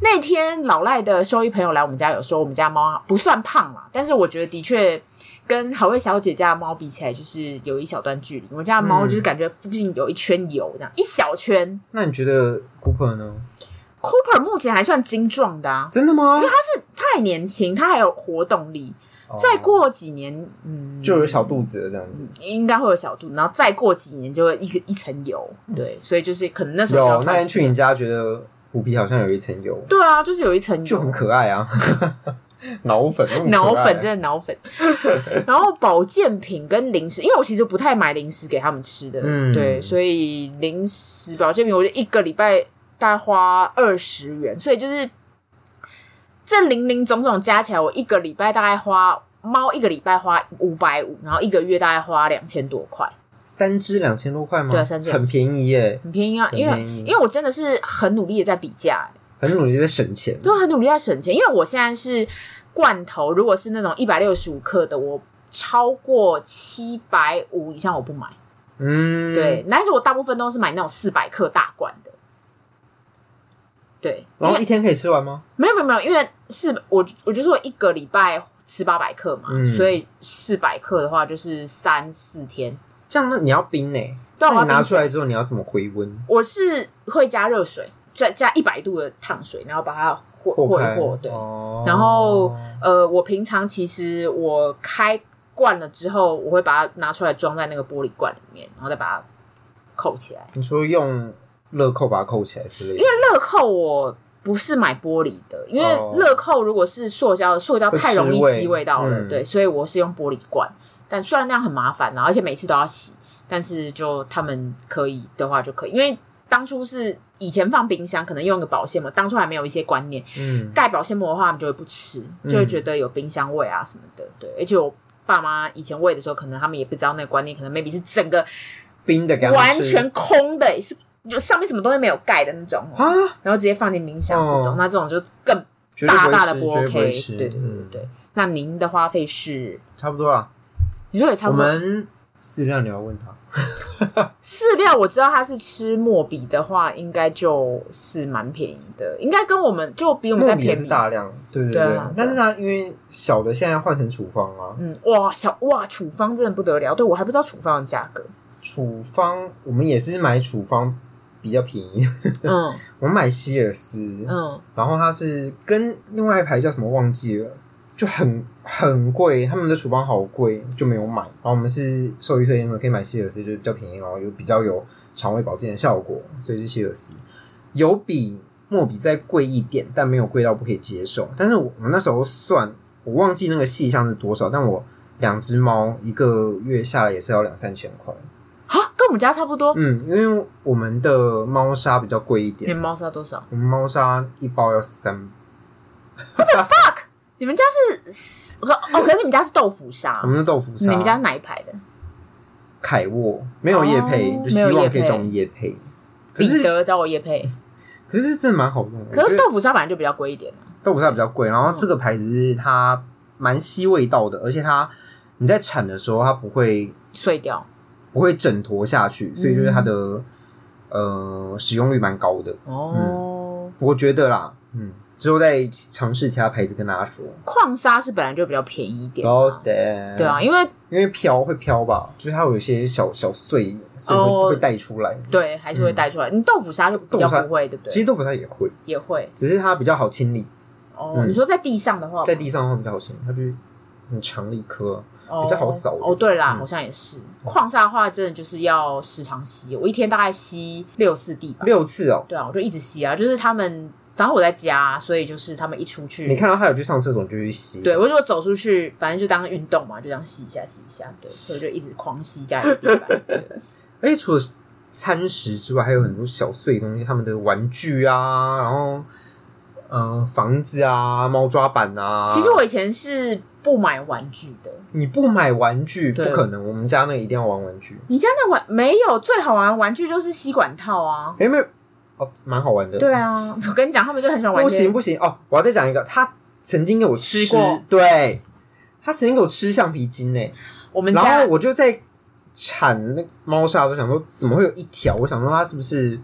[SPEAKER 1] 那天老赖的兽医朋友来我们家，有说我们家猫啊不算胖啦，但是我觉得的确跟好味小姐家的猫比起来，就是有一小段距离。我家的猫
[SPEAKER 2] 嗯
[SPEAKER 1] 就是感觉附近有一圈油，这样一小圈。
[SPEAKER 2] 那你觉得 Cooper 呢？
[SPEAKER 1] Cooper 目前还算精壮的啊，
[SPEAKER 2] 真的吗？
[SPEAKER 1] 太年轻，它还有活动力。再
[SPEAKER 2] 哦、
[SPEAKER 1] 过几年，嗯，
[SPEAKER 2] 就有小肚子了这样子。
[SPEAKER 1] 应该会有小肚，然后再过几年就会一个一层油。对，所以就是可能那时候就要
[SPEAKER 2] 嗯有那天
[SPEAKER 1] 断食
[SPEAKER 2] 去你家，觉得虎皮好像有一层油，
[SPEAKER 1] 对啊，就是有一层油，
[SPEAKER 2] 就很可爱啊， 脑粉，那么可爱
[SPEAKER 1] 脑粉，真的脑 粉。然后保健品跟零食，因为我其实不太买零食给他们吃的，
[SPEAKER 2] 嗯
[SPEAKER 1] 对，所以零食保健品，我就一个礼拜大概花二十元，所以就是这零零总总加起来，我一个礼拜大概花猫一个礼拜花五百五，然后一个月大概花两千多块，
[SPEAKER 2] 三只两千多块吗？
[SPEAKER 1] 对啊三只
[SPEAKER 2] 很便宜耶，
[SPEAKER 1] 很便宜啊，
[SPEAKER 2] 很
[SPEAKER 1] 因为
[SPEAKER 2] 便宜
[SPEAKER 1] 因为我真的是很努力的在比价、
[SPEAKER 2] 很努力在省钱。
[SPEAKER 1] 对，啊很努力在省钱，因为我现在是罐头，如果是那种一百六十五克的，我超过七百五以上我不买。
[SPEAKER 2] 嗯，
[SPEAKER 1] 对，。但是我大部分都是买那种四百克大罐的。对，因
[SPEAKER 2] 然后
[SPEAKER 1] 为
[SPEAKER 2] 一天可以吃完吗？
[SPEAKER 1] 没有没有没有，因为四我我就说一个礼拜吃八百克嘛，
[SPEAKER 2] 嗯
[SPEAKER 1] 所以四百克的话就是三四天。
[SPEAKER 2] 这样那你要冰呢、
[SPEAKER 1] 对啊，我要
[SPEAKER 2] 那你拿
[SPEAKER 1] 冰
[SPEAKER 2] 出来之后你要怎么回温？
[SPEAKER 1] 我是会加热水，再加一百度的烫水，然后把它和和
[SPEAKER 2] 开
[SPEAKER 1] 一和，对。
[SPEAKER 2] 哦
[SPEAKER 1] 然后呃，我平常其实我开罐了之后，我会把它拿出来装在那个玻璃罐里面，然后再把它扣起来。
[SPEAKER 2] 你说用乐扣把它扣起来之类的
[SPEAKER 1] 因，为乐扣我不是买玻璃的，因为
[SPEAKER 2] 哦
[SPEAKER 1] 乐扣如果是塑胶的，塑胶
[SPEAKER 2] 会
[SPEAKER 1] 太容易
[SPEAKER 2] 吃味
[SPEAKER 1] 吸味道了，
[SPEAKER 2] 嗯
[SPEAKER 1] 对，所以我是用玻璃罐。但虽然那样很麻烦啦，然后而且每次都要洗，但是就他们可以的话就可以，因为当初是以前放冰箱，可能用个保鲜膜，当初还没有一些观念，
[SPEAKER 2] 嗯，
[SPEAKER 1] 盖保鲜膜的话，他们就会不吃，就会觉得有冰箱味啊什么的。对，而且我爸妈以前喂的时候，可能他们也不知道那个观念，可能 maybe 是整个
[SPEAKER 2] 冰的给他们
[SPEAKER 1] 完
[SPEAKER 2] 吃
[SPEAKER 1] 全空的，是就上面什么东西没有盖的那种哦、
[SPEAKER 2] 啊，
[SPEAKER 1] 然后直接放进冰箱这种，
[SPEAKER 2] 哦
[SPEAKER 1] 那这种就更
[SPEAKER 2] 绝对
[SPEAKER 1] 大
[SPEAKER 2] 不
[SPEAKER 1] 大
[SPEAKER 2] 会
[SPEAKER 1] 的
[SPEAKER 2] 吃，
[SPEAKER 1] 不
[SPEAKER 2] 绝对
[SPEAKER 1] OK。
[SPEAKER 2] 不会吃，
[SPEAKER 1] 对对对对
[SPEAKER 2] 嗯
[SPEAKER 1] 对。那您的花费是？
[SPEAKER 2] 差不多了。
[SPEAKER 1] 你说也差
[SPEAKER 2] 我
[SPEAKER 1] 不多。
[SPEAKER 2] 们饲料你要问他，
[SPEAKER 1] 饲料我知道它是吃莫比的话，应该就是蛮便宜的，应该跟我们就比我们
[SPEAKER 2] 糯
[SPEAKER 1] 再
[SPEAKER 2] 米也
[SPEAKER 1] 便
[SPEAKER 2] 是
[SPEAKER 1] 宜。
[SPEAKER 2] 大量，对对
[SPEAKER 1] 对啊
[SPEAKER 2] 但是它因为小的现在换成处方啊，
[SPEAKER 1] 嗯，哇，小哇，处方真的不得了，对我还不知道处方的价格。
[SPEAKER 2] 处方我们也是买处方比较便宜，
[SPEAKER 1] 嗯
[SPEAKER 2] 我们买希尔斯，
[SPEAKER 1] 嗯，
[SPEAKER 2] 然后它是跟另外一排叫什么忘记了，就很很贵，他们的处方好贵，就没有买。然后我们是兽医推荐的，可以买希尔斯，就是比较便宜，然后有比较有肠胃保健的效果，所以是希尔斯。有比莫比再贵一点，但没有贵到不可以接受。但是我我那时候算，我忘记那个细项是多少，但我两只猫一个月下来也是要两三千块。
[SPEAKER 1] 哈，跟我们家差不多。
[SPEAKER 2] 嗯，因为我们的猫砂比较贵一
[SPEAKER 1] 你们
[SPEAKER 2] 点，
[SPEAKER 1] 猫砂多少？
[SPEAKER 2] 我们猫砂一包要三
[SPEAKER 1] 你们家是哦，可是你们家是豆腐砂
[SPEAKER 2] 我，们的嗯豆腐
[SPEAKER 1] 你
[SPEAKER 2] 沙，
[SPEAKER 1] 们家哪一排的？
[SPEAKER 2] 凯沃没有叶配，
[SPEAKER 1] 哦
[SPEAKER 2] 就希望可以找我们叶配。可
[SPEAKER 1] 彼
[SPEAKER 2] 是
[SPEAKER 1] 得找我叶配，
[SPEAKER 2] 可是真的蛮好用的，
[SPEAKER 1] 可
[SPEAKER 2] 我觉
[SPEAKER 1] 是
[SPEAKER 2] 得
[SPEAKER 1] 豆腐砂本来就比较贵一点啊
[SPEAKER 2] 豆腐沙比较贵，然后
[SPEAKER 1] 嗯
[SPEAKER 2] 这个牌子是它蛮吸味道的，而且它你在产的时候它不会
[SPEAKER 1] 碎掉。
[SPEAKER 2] 不会整坨下
[SPEAKER 1] 嗯
[SPEAKER 2] 去，所以就是它的、呃使用率蛮高的，
[SPEAKER 1] 哦，
[SPEAKER 2] 我觉得啦，嗯，之后再尝试其他牌子跟大家说。
[SPEAKER 1] 矿砂是本来就比较便宜一点啊。
[SPEAKER 2] Lost，对
[SPEAKER 1] 对啊，，因为
[SPEAKER 2] 因为飘会飘吧，就是它有一些小小碎，所以会、
[SPEAKER 1] 哦
[SPEAKER 2] 会带出来。
[SPEAKER 1] 对还是会带出来。你豆腐砂就比较不会，对不
[SPEAKER 2] 其
[SPEAKER 1] 对？
[SPEAKER 2] 实嗯豆腐沙也会，
[SPEAKER 1] 也会
[SPEAKER 2] 只是它比较好清理。
[SPEAKER 1] 哦。
[SPEAKER 2] 嗯
[SPEAKER 1] 你说在地上的话，
[SPEAKER 2] 在地上会比较好清，它就是很长的一颗，
[SPEAKER 1] 哦
[SPEAKER 2] 比较好扫
[SPEAKER 1] 哦，对啦，
[SPEAKER 2] 嗯
[SPEAKER 1] 好像也是。矿砂的话，真的就是要时常吸，我一天大概吸六四滴吧。
[SPEAKER 2] 六次哦。
[SPEAKER 1] 对啊，我就一直吸啊，就是他们，反正我在家，啊所以就是他们一出去，
[SPEAKER 2] 你看到它有去上厕所，你就去吸。
[SPEAKER 1] 嗯对，我如果走出去，反正就当运动嘛，就这样吸一下吸一下，对，所以我就一直狂吸家里的地板。对
[SPEAKER 2] 而且哎除了餐食之外，还有很多小碎的东西，他们的玩具啊，然后嗯、呃房子啊，猫抓板 啊。
[SPEAKER 1] 其实我以前是不买玩具的，
[SPEAKER 2] 你不买玩具不
[SPEAKER 1] 对
[SPEAKER 2] 可能，我们家那个一定要玩玩具。
[SPEAKER 1] 你家那玩没有最好玩的玩具就是吸管套啊。
[SPEAKER 2] 哎，没有哦，蛮好玩的。
[SPEAKER 1] 对，啊， 我跟你讲，他们就很喜欢玩
[SPEAKER 2] 不
[SPEAKER 1] 一些。
[SPEAKER 2] 行不行哦，我要再讲一个，他曾经给我吃
[SPEAKER 1] 吃过，
[SPEAKER 2] 对，他曾经给我吃橡皮筋呢。
[SPEAKER 1] 我们
[SPEAKER 2] 然
[SPEAKER 1] 家
[SPEAKER 2] 后我就在铲那个猫砂的时候，想说怎么会有一条？我想说它是不是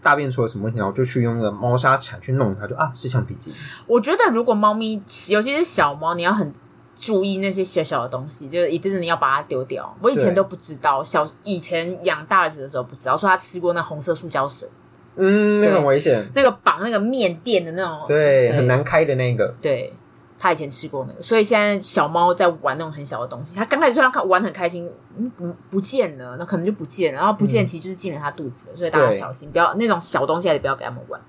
[SPEAKER 2] 大便出了什么问题？然后就去用了猫砂铲去弄它，就啊是橡皮筋。
[SPEAKER 1] 我觉得如果猫咪，尤其是小猫，你要很注意那些小小的东西，就是一定真的要把它丢掉。我以前
[SPEAKER 2] 对
[SPEAKER 1] 都不知道，小以前养大儿子的时候不知道，说他吃过那红色塑胶绳，
[SPEAKER 2] 嗯，那
[SPEAKER 1] 对
[SPEAKER 2] 很危险，
[SPEAKER 1] 那个绑那个面垫的那种，
[SPEAKER 2] 对，很难开的那个。
[SPEAKER 1] 对。他以前吃过那个，所以现在小猫在玩那种很小的东西。它刚开始虽然看玩得很开心，嗯，不不见了，那可能就不见了，然后不见
[SPEAKER 2] 嗯
[SPEAKER 1] 其实就是进了它肚子了，所以大家
[SPEAKER 2] 对
[SPEAKER 1] 小心，不要那种小东西还是不要给他们玩。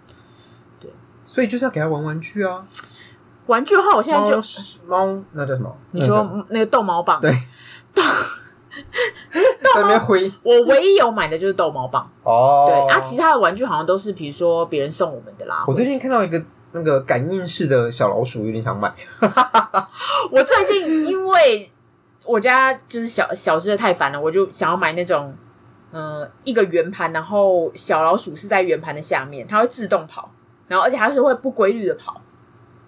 [SPEAKER 2] 所以就是要给它玩玩具啊，
[SPEAKER 1] 玩具的话，我现在就
[SPEAKER 2] 猫是猫那叫什么？
[SPEAKER 1] 你
[SPEAKER 2] 那叫什么
[SPEAKER 1] 说那个逗猫棒，
[SPEAKER 2] 对在那边挥
[SPEAKER 1] 我唯一有买的就是逗猫棒，
[SPEAKER 2] 哦，
[SPEAKER 1] 对啊，其他的玩具好像都是比如说别人送我们的啦。
[SPEAKER 2] 我最近
[SPEAKER 1] 或者
[SPEAKER 2] 看到一个那个感应式的小老鼠，有点想买。
[SPEAKER 1] 是我最近因为我家就是小小只的太烦了，我就想要买那种呃一个圆盘，然后小老鼠是在圆盘的下面，它会自动跑，然后而且它是会不规律的跑，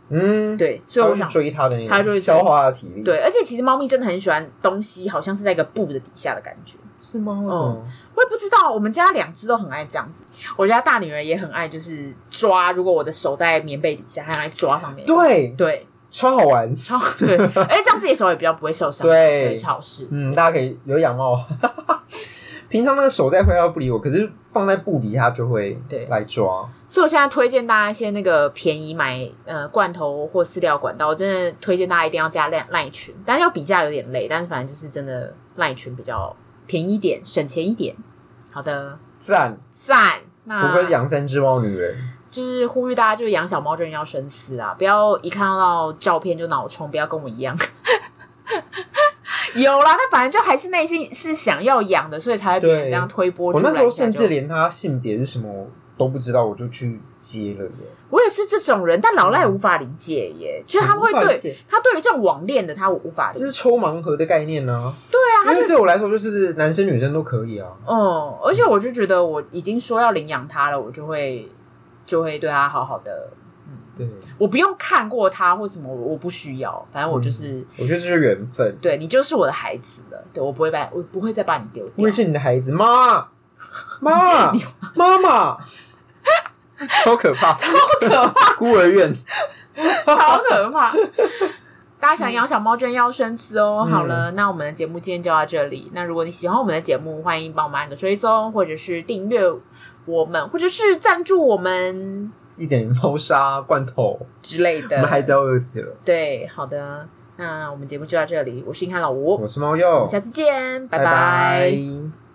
[SPEAKER 2] 嗯，，
[SPEAKER 1] 对，所以
[SPEAKER 2] 它
[SPEAKER 1] 我
[SPEAKER 2] 会去
[SPEAKER 1] 想。
[SPEAKER 2] 追它的那
[SPEAKER 1] 它就
[SPEAKER 2] 种，
[SPEAKER 1] 会
[SPEAKER 2] 消耗它的体力。，
[SPEAKER 1] 对，而且其实猫咪真的很喜欢东西，好像是在一个布的底下的感觉。
[SPEAKER 2] 是吗？为什么？
[SPEAKER 1] 我也不知道，我们家两只都很爱这样子。我家大女儿也很爱，就是抓。如果我的手在棉被底下，她很爱抓上面。
[SPEAKER 2] 对，
[SPEAKER 1] 对，
[SPEAKER 2] 超好玩。
[SPEAKER 1] 超 对，哎、这样自己的手也比较不会受伤，
[SPEAKER 2] 对
[SPEAKER 1] 是好事。
[SPEAKER 2] 嗯，大家可以有养猫， 平常那个手在挥它不理我，可是放在布底下就会
[SPEAKER 1] 对
[SPEAKER 2] 来抓。
[SPEAKER 1] 所以我现在推荐大家一些那个便宜买呃罐头或饲料管道，我真的推荐大家一定要加赖赖群，但是要比价有点累，但是反正就是真的赖群比较便宜一点，省钱一点。好的，
[SPEAKER 2] 赞，
[SPEAKER 1] 赞。
[SPEAKER 2] 不愧是
[SPEAKER 1] 那
[SPEAKER 2] 养三只猫女人，
[SPEAKER 1] 啊就是呼吁大家，就是养小猫真的要深思啊，不要一看到照片就脑冲，不要跟我一样。 有啦，他本来就还是内心是想要养的，所以才会被人这样推波助
[SPEAKER 2] 我
[SPEAKER 1] 澜。
[SPEAKER 2] 那时候甚至
[SPEAKER 1] 这样就
[SPEAKER 2] 连他性别是什么都不知道，我就去接了耶。
[SPEAKER 1] 我也是这种人，但老赖无法理解耶，就是他们会
[SPEAKER 2] 无法理
[SPEAKER 1] 对
[SPEAKER 2] 解
[SPEAKER 1] 他对于这种网恋的他无法理解。
[SPEAKER 2] 这是抽盲盒的概念呢、
[SPEAKER 1] 对啊，他
[SPEAKER 2] 因
[SPEAKER 1] 就
[SPEAKER 2] 为对我来说就是男生女生都可以啊。
[SPEAKER 1] 嗯，而且我就觉得我已经说要领养他了，我就会就会对他好好的，
[SPEAKER 2] 对，
[SPEAKER 1] 我不用看过他或什么，我不需要，反正我就是、
[SPEAKER 2] 我觉得这是缘分。
[SPEAKER 1] 对你就是我的孩子了，对我不会把我不会再把你丢
[SPEAKER 2] 我
[SPEAKER 1] 掉
[SPEAKER 2] 也。是你的孩子，妈 妈妈妈，超可怕，超
[SPEAKER 1] 可
[SPEAKER 2] 怕，孤儿院。
[SPEAKER 1] 超可 怕。大家想养小猫，真要深思哦。
[SPEAKER 2] 嗯
[SPEAKER 1] 好了，那我们的节目今天就到这里。那如果你喜欢我们的节目，欢迎帮我们按个追踪，或者是订阅我们，或者是赞助我们
[SPEAKER 2] 一点猫砂罐头，
[SPEAKER 1] 之类
[SPEAKER 2] 我们孩子
[SPEAKER 1] 的。
[SPEAKER 2] 要饿死了。
[SPEAKER 1] 对，好的，那我们节目就到这里。我是硬汉老吴，我
[SPEAKER 2] 我是猫鼬
[SPEAKER 1] 嗯们下，次见，拜
[SPEAKER 2] 拜
[SPEAKER 1] 拜
[SPEAKER 2] 拜